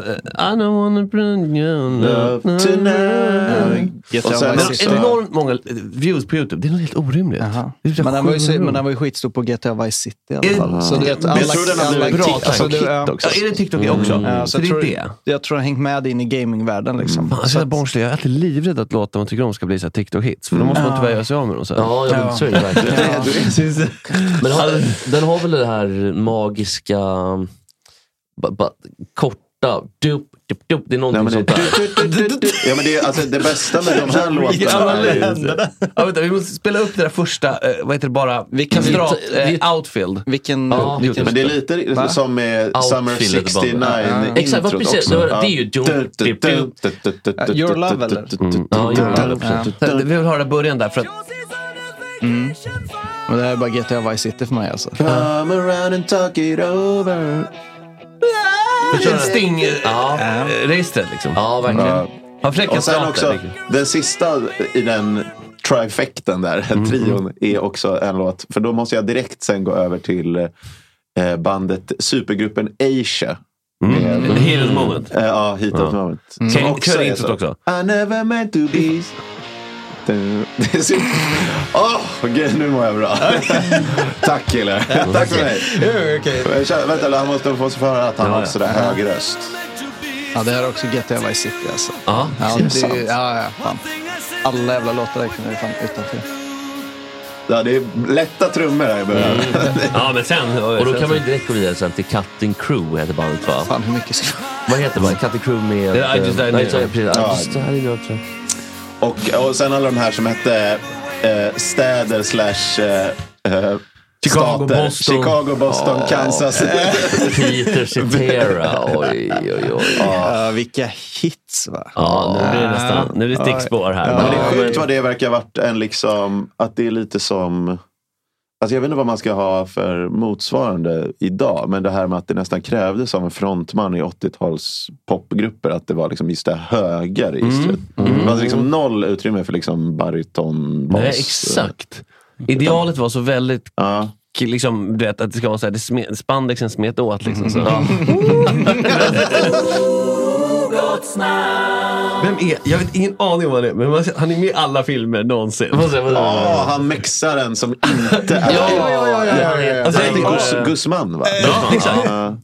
[SPEAKER 7] I don't wanna bring you
[SPEAKER 3] Love tonight. Alltså-
[SPEAKER 7] Yes,
[SPEAKER 3] Och
[SPEAKER 7] och
[SPEAKER 3] sen
[SPEAKER 7] sen,
[SPEAKER 3] också-
[SPEAKER 7] enormt många eh, views på YouTube. Det är något helt orimligt. Det är typ
[SPEAKER 5] Men han, var ju, så-
[SPEAKER 7] 700.
[SPEAKER 5] men han var ju skitstor på GTA Vice City i alla fall. Så du vet,
[SPEAKER 7] Jag
[SPEAKER 5] alla,
[SPEAKER 7] tror den har
[SPEAKER 5] alla-
[SPEAKER 7] blivit
[SPEAKER 5] alla-
[SPEAKER 7] TikTok
[SPEAKER 5] det-
[SPEAKER 7] hit
[SPEAKER 5] ja.
[SPEAKER 7] också. Ja, är det TikTok också?
[SPEAKER 5] Ja,
[SPEAKER 7] Så
[SPEAKER 5] så jag,
[SPEAKER 7] det är
[SPEAKER 5] tror,
[SPEAKER 7] det. Mm.
[SPEAKER 5] jag tror han hängt med in i gamingvärlden. Liksom.
[SPEAKER 7] Fan, så
[SPEAKER 5] Så
[SPEAKER 7] jävla
[SPEAKER 5] att-
[SPEAKER 7] barnslig. Alltså, Jag är alltid livrädd att låtar man tycker om ska bli så här TikTok-hits. För då
[SPEAKER 5] Mm.
[SPEAKER 7] måste man
[SPEAKER 5] Ja.
[SPEAKER 7] tyvärr göra sig av med dem sen.
[SPEAKER 2] Ja, ja, men så är det verkligen.
[SPEAKER 5] Ja.
[SPEAKER 2] Men har, den har väl det här magiska... Ba, ba, korta... Dup, dup, dup, det är någonting
[SPEAKER 3] men det-
[SPEAKER 2] sånt där.
[SPEAKER 3] Ja, men det, är- alltså, det bästa med de här låtarna är ju...
[SPEAKER 7] Ja, vänta, vi måste spela upp det där första, eh, vad heter det bara?
[SPEAKER 5] Vilken-
[SPEAKER 7] Kastrat,
[SPEAKER 5] vilken-
[SPEAKER 7] eh, outfield.
[SPEAKER 5] Vilken...
[SPEAKER 2] Ja,
[SPEAKER 7] det är
[SPEAKER 3] Men det är lite
[SPEAKER 5] Va?
[SPEAKER 3] som med Summer
[SPEAKER 2] Outfield heter
[SPEAKER 3] 69
[SPEAKER 2] bandet. Ja. Exakt, vad
[SPEAKER 3] introt
[SPEAKER 2] precis.
[SPEAKER 3] också.
[SPEAKER 2] Det var det.
[SPEAKER 3] Ja.
[SPEAKER 2] Det är ju dum, dum, dum.
[SPEAKER 5] Your Love, eller?
[SPEAKER 7] Mm.
[SPEAKER 5] Mm.
[SPEAKER 2] Ja, Your Love,
[SPEAKER 5] Ja.
[SPEAKER 2] precis.
[SPEAKER 7] Så, Vi vill höra början där. För att,
[SPEAKER 5] Men det här är bara GTA Vice City för mig alltså.
[SPEAKER 3] Come around and talk it over.
[SPEAKER 7] för att Sting-registret
[SPEAKER 2] Ja,
[SPEAKER 7] liksom.
[SPEAKER 2] ja, verkligen.
[SPEAKER 3] Ja.
[SPEAKER 7] Han fräcka
[SPEAKER 3] Och sen
[SPEAKER 7] staten.
[SPEAKER 3] också, den sista i den trifecten där, trion, är också en låt. För då måste jag direkt sen gå över till eh, bandet, supergruppen Asia. Med,
[SPEAKER 7] Mm. Heroes moment.
[SPEAKER 3] eh, ja, Heat of the Moment. Som
[SPEAKER 7] Kör- Kör
[SPEAKER 3] är
[SPEAKER 7] introt
[SPEAKER 3] så.
[SPEAKER 7] också.
[SPEAKER 3] I never meant to be. Du- Det är så... Åh, gud, nu mår jag bra. Tack killar. Tack för mig.
[SPEAKER 5] Jo, okej.
[SPEAKER 3] Jag känner- Vänta, han måste få oss få höra att han har sådär hög röst.
[SPEAKER 5] Ja, det här är också GTA Vice City alltså.
[SPEAKER 7] Ja,
[SPEAKER 5] ja,
[SPEAKER 7] det är sant.
[SPEAKER 5] det, ja, ja fan. Alla jävla låtar där kan jag fan utantill.
[SPEAKER 3] Ja, det är lätta trummor här i början.
[SPEAKER 7] ja, men sen...
[SPEAKER 2] Och då kan man ju direkt gå vidare sen till Cutting Crew heter bandet va?
[SPEAKER 5] Fan hur mycket ska
[SPEAKER 2] Vad heter bandet? Cutting Crew med... eh,
[SPEAKER 3] Det är I Just Died
[SPEAKER 2] Nej,
[SPEAKER 3] New.
[SPEAKER 2] sorry, precis. I
[SPEAKER 3] Ja.
[SPEAKER 2] Just Died New också.
[SPEAKER 3] Och, och sen alla de här som hette eh, städer slash eh, eh,
[SPEAKER 2] Chicago,
[SPEAKER 3] stater.
[SPEAKER 2] Boston.
[SPEAKER 3] Chicago, Boston,
[SPEAKER 2] Ja.
[SPEAKER 3] Kansas.
[SPEAKER 2] Peter Cetera. Oj, oj, oj.
[SPEAKER 5] Ja, vilka hits va?
[SPEAKER 2] Ja, nu blir det nästan... Nu blir det stickspår här.
[SPEAKER 3] Men det är sjukt vad det verkar ha varit en liksom, att det är lite som Alltså jag vet inte vad man ska ha för motsvarande idag, men det här med att det nästan krävdes av en frontman i 80-tals popgrupper att det var liksom just det höga
[SPEAKER 7] Mm.
[SPEAKER 3] registret. Det fanns liksom noll utrymme för liksom bariton, bas.
[SPEAKER 7] Nej, exakt. Idealet var så väldigt... k- Liksom, du vet, att det ska vara så här, det smet, spandexen smet åt. Liksom, så. Vem är, jag vet ingen aning om vad han är, men man ser- han är med i alla filmer någonsin.
[SPEAKER 3] Ja, han mexaren som inte är...
[SPEAKER 7] Ja, ja, ja, ja, ja, ja.
[SPEAKER 3] Alltså,
[SPEAKER 7] Ja,
[SPEAKER 3] han
[SPEAKER 7] ja,
[SPEAKER 3] heter
[SPEAKER 7] ja. Eh,
[SPEAKER 3] Gus, Guzman, va?
[SPEAKER 7] Ja, exakt.
[SPEAKER 3] Ja.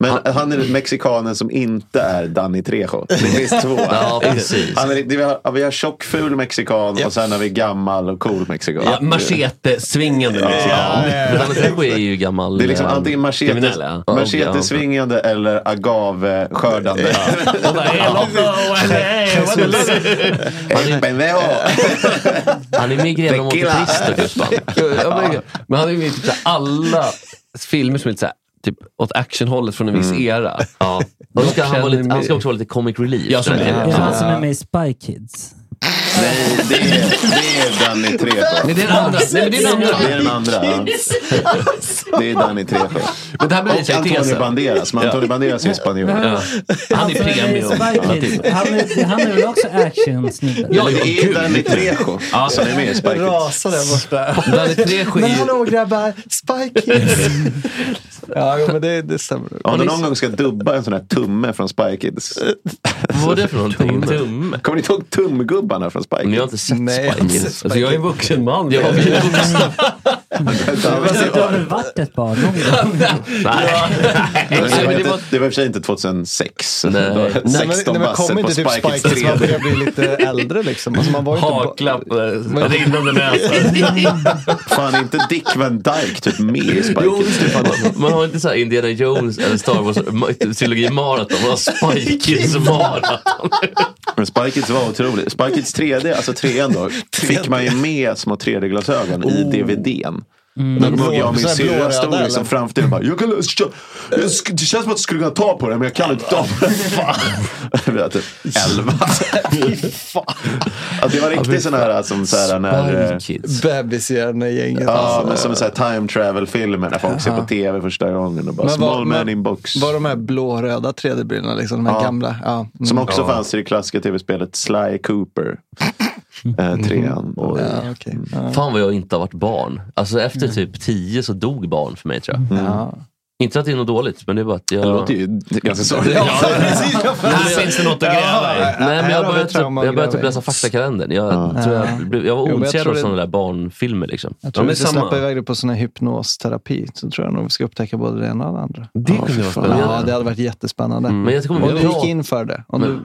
[SPEAKER 3] Men han är mexikanen som inte är Danny Trejo. Det finns två.
[SPEAKER 7] Ja, precis.
[SPEAKER 3] Han är, det- vi, har, vi har tjockful mexikan och sen har vi gammal och cool mexikan.
[SPEAKER 7] Ja, machete-svingande liksom. mexikan.
[SPEAKER 2] Danny Trejo är ju gammal...
[SPEAKER 3] Det är liksom
[SPEAKER 2] eh,
[SPEAKER 3] antingen
[SPEAKER 2] kriminell,
[SPEAKER 3] machete,
[SPEAKER 2] ja.
[SPEAKER 3] machete svingande eller agave skördande. Hey, pendejo!
[SPEAKER 2] Han är med i Greven mot
[SPEAKER 7] Tequila.
[SPEAKER 2] Christer, Gustav.
[SPEAKER 7] Ja, men- Men han är med i typ så här alla filmer som är lite så här, typ åt actionhållet från en viss era. Ja.
[SPEAKER 2] Mm. Och då ska han, vara lite, han ska också vara lite comic relief.
[SPEAKER 7] Ja, så
[SPEAKER 2] där.
[SPEAKER 7] blir
[SPEAKER 9] Det är han som är med i Spy Kids.
[SPEAKER 3] Nej, det är, det är Danny Trejo.
[SPEAKER 7] Nej, det är den andra. Nej, men det är den andra.
[SPEAKER 3] Det är den andra. ja. Det är Danny Trejo.
[SPEAKER 7] alltså. Men det här blir
[SPEAKER 3] Och
[SPEAKER 7] lite en tes
[SPEAKER 3] Antonio
[SPEAKER 7] här.
[SPEAKER 3] Banderas. Men Antonio Banderas är spanjor.
[SPEAKER 7] Ja. Han är premium.
[SPEAKER 9] Spy Kids. Han är, han är väl också action-snubbe?
[SPEAKER 3] typ. Ja, det är Danny Trejo
[SPEAKER 7] Ja.
[SPEAKER 3] som är med i Spike Kids.
[SPEAKER 5] Rasar där borta.
[SPEAKER 7] Danny Trejo
[SPEAKER 5] Men
[SPEAKER 7] är ju-
[SPEAKER 5] hallå grabbar, Spy Kids. ja, jo, men det, det stämmer.
[SPEAKER 3] Om du någon gång ska dubba en sån här tumme från Spy Kids.
[SPEAKER 2] Vad var det för någonting?
[SPEAKER 7] Tumme?
[SPEAKER 3] Kommer ni inte ihåg tumgubbarna från Spy Kids?
[SPEAKER 2] Jag har inte sett
[SPEAKER 5] Nej, jag har
[SPEAKER 2] Spy
[SPEAKER 5] inte
[SPEAKER 2] Kids.
[SPEAKER 5] sett Spy
[SPEAKER 2] Alltså, jag är
[SPEAKER 7] en vuxen man. Jag
[SPEAKER 6] Alltså,
[SPEAKER 9] Du har väl varit ett barn någon gång?
[SPEAKER 3] Det var,
[SPEAKER 7] Nej, men det
[SPEAKER 3] inte,
[SPEAKER 7] var-
[SPEAKER 3] det var i och för sig inte 2006.
[SPEAKER 2] Nej.
[SPEAKER 3] Det var 16
[SPEAKER 5] Nej, men, nej, men kom
[SPEAKER 3] bassen på
[SPEAKER 5] inte typ
[SPEAKER 3] Spy
[SPEAKER 5] Spy
[SPEAKER 3] Kids
[SPEAKER 5] Kids man
[SPEAKER 3] 3D.
[SPEAKER 5] börjar bli lite äldre liksom. Alltså, man var ju inte ba-
[SPEAKER 7] Haklapp eh, rinnande näsa.
[SPEAKER 3] Fan, är inte Dick Van Dyke typ med i Spy Kids? Det är fan-
[SPEAKER 2] Man- Man har inte så här Indiana Jones eller Star Wars-trilogi-maraton. Man har Spy Kids-maraton.
[SPEAKER 3] Men Spy Kids var otroligt. Spy Kids 3D, alltså trean då, fick man ju med små 3D-glasögon i DVDn. Då kommer jag och min
[SPEAKER 5] Oh. Mm. Så här
[SPEAKER 3] syrra
[SPEAKER 5] blåröda,
[SPEAKER 3] stod liksom
[SPEAKER 5] eller?
[SPEAKER 3] framför tvn och bara, jag kan, jag, jag, det känns som att jag skulle kunna ta på det men jag kan inte ta på det. Fan. Vi var typ 11. Fy fan. Alltså, det var riktigt sån här som så här när... eh,
[SPEAKER 2] Kids.
[SPEAKER 5] Bebishjärnegänget.
[SPEAKER 3] Ja,
[SPEAKER 5] alltså.
[SPEAKER 3] men som så här time travel-filmer när folk ser på tv första gången och bara
[SPEAKER 5] Men var-
[SPEAKER 3] small man
[SPEAKER 5] men-
[SPEAKER 3] in box.
[SPEAKER 5] Var de här blå-röda 3D-brillorna, liksom, de här
[SPEAKER 3] Ja.
[SPEAKER 5] gamla? Ja. Mm.
[SPEAKER 3] Som också fanns i det klassiska tv-spelet Sly Cooper. Eh, trean. Och,
[SPEAKER 5] Ja, okej. ja.
[SPEAKER 2] Fan vad jag inte har varit barn. Alltså efter typ tio så dog barn för mig tror jag.
[SPEAKER 5] Mm. Ja.
[SPEAKER 2] Inte att det är något dåligt, men det är bara att jag...
[SPEAKER 3] Det låter ju ganska sorgligt.
[SPEAKER 5] Ja, precis. Jag
[SPEAKER 7] Här finns det något att gräva i.
[SPEAKER 2] Nej, men
[SPEAKER 5] Här
[SPEAKER 2] jag
[SPEAKER 5] har vi
[SPEAKER 2] började, typ,
[SPEAKER 5] trauma att
[SPEAKER 2] jag började typ
[SPEAKER 5] gräva i.
[SPEAKER 2] läsa faktakalendern. Jag, tror jag, blev- jag
[SPEAKER 5] Jo,
[SPEAKER 2] var
[SPEAKER 5] men jag
[SPEAKER 2] ointresserad
[SPEAKER 5] tror
[SPEAKER 2] av
[SPEAKER 5] det-
[SPEAKER 2] sådana där barnfilmer. Liksom.
[SPEAKER 5] Jag tror
[SPEAKER 7] men
[SPEAKER 5] vi ska
[SPEAKER 7] samma.
[SPEAKER 5] släppa iväg dig på sån här hypnosterapi. Så tror jag nog vi ska upptäcka både det ena och det andra.
[SPEAKER 2] Det kunde vara
[SPEAKER 5] Ja,
[SPEAKER 2] spännande.
[SPEAKER 5] det hade varit jättespännande.
[SPEAKER 2] Mm. Men jag kommer
[SPEAKER 5] Om
[SPEAKER 2] ihåg-
[SPEAKER 5] du gick in för det. Om du,
[SPEAKER 2] Men,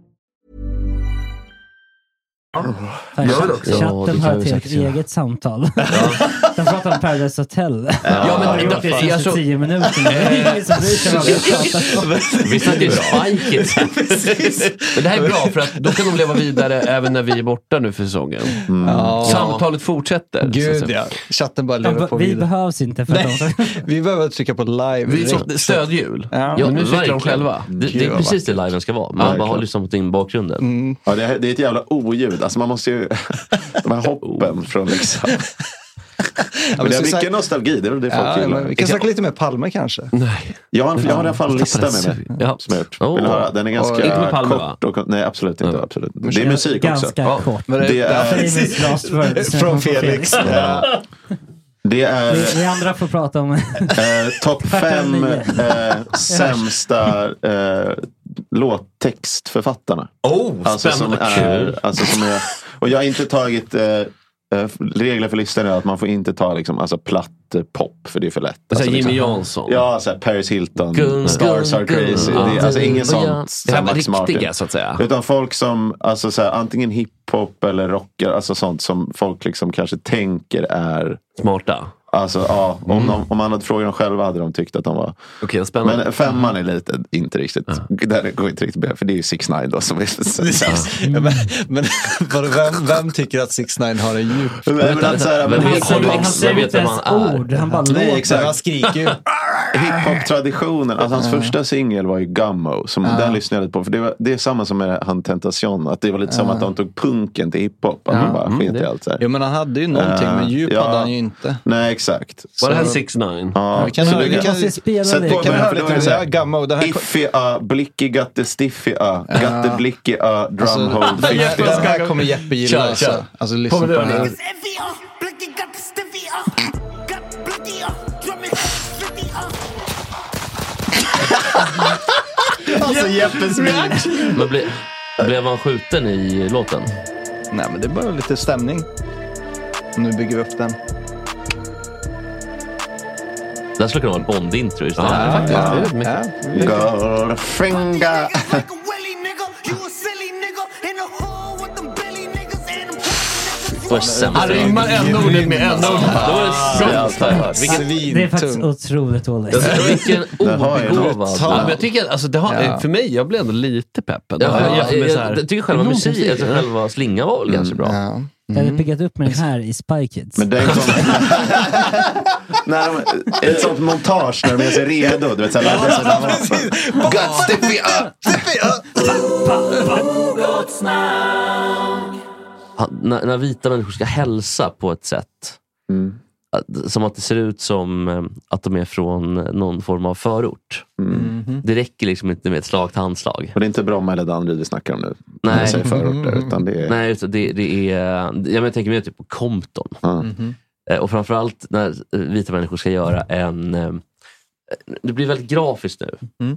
[SPEAKER 6] Fan,
[SPEAKER 9] Ja,
[SPEAKER 6] chatt-
[SPEAKER 9] det kan vi
[SPEAKER 6] chatten hör till
[SPEAKER 9] säkert
[SPEAKER 6] ett
[SPEAKER 9] göra.
[SPEAKER 6] eget samtal. De pratar om Paradise Hotel.
[SPEAKER 9] Ja, men
[SPEAKER 6] De har
[SPEAKER 9] det-
[SPEAKER 6] gjort det de
[SPEAKER 9] jag
[SPEAKER 2] alltså,
[SPEAKER 6] senaste
[SPEAKER 9] tror-
[SPEAKER 6] tio minuterna. Det är ingen som bryr sig vad vi pratar om.
[SPEAKER 2] Vi snackar ju Spike Kids. Men det här är bra för att då kan de leva vidare även när vi är borta nu för säsongen.
[SPEAKER 5] Ja.
[SPEAKER 2] Samtalet fortsätter.
[SPEAKER 5] Gud,
[SPEAKER 2] så att säga.
[SPEAKER 5] ja. Chatten bara lever
[SPEAKER 2] Ja,
[SPEAKER 5] på
[SPEAKER 2] vi
[SPEAKER 5] vidare.
[SPEAKER 6] behövs inte
[SPEAKER 2] för att
[SPEAKER 5] Vi behöver trycka på live.
[SPEAKER 2] Vi är som
[SPEAKER 5] direkt.
[SPEAKER 2] stödhjul.
[SPEAKER 5] Ja.
[SPEAKER 2] men nu cyklar de
[SPEAKER 5] Verkligen.
[SPEAKER 2] själva. Det, det
[SPEAKER 5] Gud,
[SPEAKER 2] är
[SPEAKER 5] vad
[SPEAKER 2] precis det
[SPEAKER 5] vackert.
[SPEAKER 2] liven ska vara. Man
[SPEAKER 5] Verkligen.
[SPEAKER 2] bara har lyssnat på in i bakgrunden.
[SPEAKER 3] Ja, det, är- det är ett jävla oljud. Alltså man måste ju... De här
[SPEAKER 2] Oh.
[SPEAKER 3] hoppen från Leksand. men det är
[SPEAKER 5] så
[SPEAKER 3] mycket
[SPEAKER 5] så här-
[SPEAKER 3] nostalgi. Det är väl det folk
[SPEAKER 5] Ja,
[SPEAKER 3] gillar.
[SPEAKER 5] men vi kan snacka lite mer Palme kanske.
[SPEAKER 2] Nej.
[SPEAKER 3] Jag har, en- jag har i alla fall en lista med mig.
[SPEAKER 2] Ja.
[SPEAKER 3] Som jag har gjort. Vill du höra? Den är ganska
[SPEAKER 5] Inte med Palme,
[SPEAKER 3] kort. Och, nej, absolut inte. Absolut. Det är musik
[SPEAKER 6] ganska
[SPEAKER 3] också.
[SPEAKER 6] Ganska kort.
[SPEAKER 3] Det
[SPEAKER 6] Famous
[SPEAKER 3] är...
[SPEAKER 6] last
[SPEAKER 2] Eh,
[SPEAKER 6] words.
[SPEAKER 3] Från Felix. Ja. Det är...
[SPEAKER 6] Vi, vi andra får prata om...
[SPEAKER 3] Eh, Topp fem
[SPEAKER 6] nio.
[SPEAKER 3] eh, sämsta eh, låttextförfattarna.
[SPEAKER 2] Oh,
[SPEAKER 3] som
[SPEAKER 2] spännande. Kul.
[SPEAKER 3] är, alltså som är, Och jag har inte tagit... Eh, eh, regler för listan är att man får inte ta liksom, alltså, platt eh, pop, för det är för lätt.
[SPEAKER 2] Men så här
[SPEAKER 3] alltså,
[SPEAKER 2] Jimmy
[SPEAKER 3] liksom-
[SPEAKER 2] Jansson.
[SPEAKER 3] Ja, så här Paris Hilton,
[SPEAKER 2] Gung,
[SPEAKER 3] Stars
[SPEAKER 2] gung,
[SPEAKER 3] Are Crazy.
[SPEAKER 2] gung.
[SPEAKER 3] Det är, alltså ingen
[SPEAKER 2] Ja.
[SPEAKER 3] sån
[SPEAKER 2] Det här var
[SPEAKER 3] Max Martin.
[SPEAKER 2] riktiga, så att säga.
[SPEAKER 3] Utan folk som, alltså, så här, antingen hiphop eller rocker, alltså sånt som folk liksom kanske tänker är...
[SPEAKER 2] Smarta.
[SPEAKER 3] Alltså, ja, om, de, om man hade frågat dem själva hade de tyckt att de var...
[SPEAKER 2] Mm. Okej, spännande.
[SPEAKER 3] Men femman är lite, inte riktigt, där går inte riktigt bra, för det är ju 6 9 då som är...
[SPEAKER 5] Men, men vadå, vem, vem tycker att 6 9 har en djup?
[SPEAKER 3] Men- men att så här- men han säger- han säger inte ens
[SPEAKER 6] ord, han bara
[SPEAKER 5] Nej,
[SPEAKER 6] låter.
[SPEAKER 5] exakt. Han skriker ju.
[SPEAKER 3] Hiphop-traditionen. Alltså hans
[SPEAKER 5] Ja.
[SPEAKER 3] första singel var ju Gummo. Som
[SPEAKER 5] Ja.
[SPEAKER 3] Den lyssnade jag lite på. För det, var, det är samma som med han Tentacion. Att det var lite som
[SPEAKER 5] Ja. Mm,
[SPEAKER 3] att de tog punken till hiphop. Att de bara sket i allt. Så här.
[SPEAKER 5] Jo, men han hade ju någonting, men
[SPEAKER 3] Eh,
[SPEAKER 5] djup
[SPEAKER 3] ja.
[SPEAKER 5] hade han ju inte.
[SPEAKER 3] Nej, exakt.
[SPEAKER 5] Var det här
[SPEAKER 2] 6ix9ine?
[SPEAKER 3] Ja.
[SPEAKER 5] Vi kan
[SPEAKER 3] Så
[SPEAKER 5] höra-
[SPEAKER 3] du
[SPEAKER 5] vi kan- Måste spela
[SPEAKER 3] Sätt
[SPEAKER 5] lite.
[SPEAKER 3] på
[SPEAKER 5] Kan vi
[SPEAKER 3] den,
[SPEAKER 5] höra
[SPEAKER 3] för då
[SPEAKER 5] lite?
[SPEAKER 3] är det så här,
[SPEAKER 5] Det här är gammal och det här-
[SPEAKER 3] Iffia, blicky, gatte, stiffia,
[SPEAKER 5] Ja.
[SPEAKER 3] gatte, blickia, drumhold,
[SPEAKER 5] Alltså, den, här, den här
[SPEAKER 3] fiffia.
[SPEAKER 5] kommer Jeppe gilla.
[SPEAKER 3] Kör,
[SPEAKER 5] alltså.
[SPEAKER 3] kör.
[SPEAKER 5] Alltså, lyssna på
[SPEAKER 3] Kommer
[SPEAKER 5] den
[SPEAKER 3] du
[SPEAKER 5] här.
[SPEAKER 3] göra
[SPEAKER 5] Alltså Jeppes
[SPEAKER 2] Men ble, blev han skjuten i låten?
[SPEAKER 5] Nej, men det är bara lite stämning. Nu bygger vi upp den.
[SPEAKER 2] Det här skulle kunna vara ett Bond-intro istället.
[SPEAKER 5] Ja, ja,
[SPEAKER 2] faktiskt.
[SPEAKER 5] ja.
[SPEAKER 2] Det är mycket.
[SPEAKER 3] Girlfringer.
[SPEAKER 2] Det var sämst.
[SPEAKER 6] Han rimmar en ordet med en ord.
[SPEAKER 2] Det var det sämsta jag hört.
[SPEAKER 6] Vilken- Det är faktiskt otroligt dåligt.
[SPEAKER 2] Alltså, vilken obegåvad...
[SPEAKER 6] Ja,
[SPEAKER 2] Ja, men jag tycker, alltså, det har,
[SPEAKER 6] Ja.
[SPEAKER 2] För mig, jag blev ändå lite peppen.
[SPEAKER 6] Ja,
[SPEAKER 2] jag,
[SPEAKER 6] ja,
[SPEAKER 2] jag, jag,
[SPEAKER 6] ja,
[SPEAKER 2] jag tycker själva
[SPEAKER 6] Någon musik,
[SPEAKER 2] musik, alltså,
[SPEAKER 6] ja.
[SPEAKER 2] själva slingan var väl ganska bra.
[SPEAKER 6] Jag hade piggat upp med den här i Spy Kids. Men
[SPEAKER 3] den När de, ett sånt montage när de är så redo. Du vet, så här, laddar sina vapen. Guts, stiffia.
[SPEAKER 2] Han, när, när vita människor ska hälsa på ett sätt.
[SPEAKER 3] Mm,
[SPEAKER 2] Att, som att det ser ut som eh, att de är från eh, någon form av förort. Det räcker liksom inte med ett slag till handslag.
[SPEAKER 3] mm. Och det är inte Bromma eller Danderyd vi snackar om nu.
[SPEAKER 2] Nej.
[SPEAKER 3] När vi säger förorter. Utan det är...
[SPEAKER 2] Nej, utan det, det är, ja, men jag tänker mer typ på Compton.
[SPEAKER 5] Mhm.
[SPEAKER 2] Eh, Och framförallt när eh, vita människor ska göra en... eh, Det blir väldigt grafiskt nu.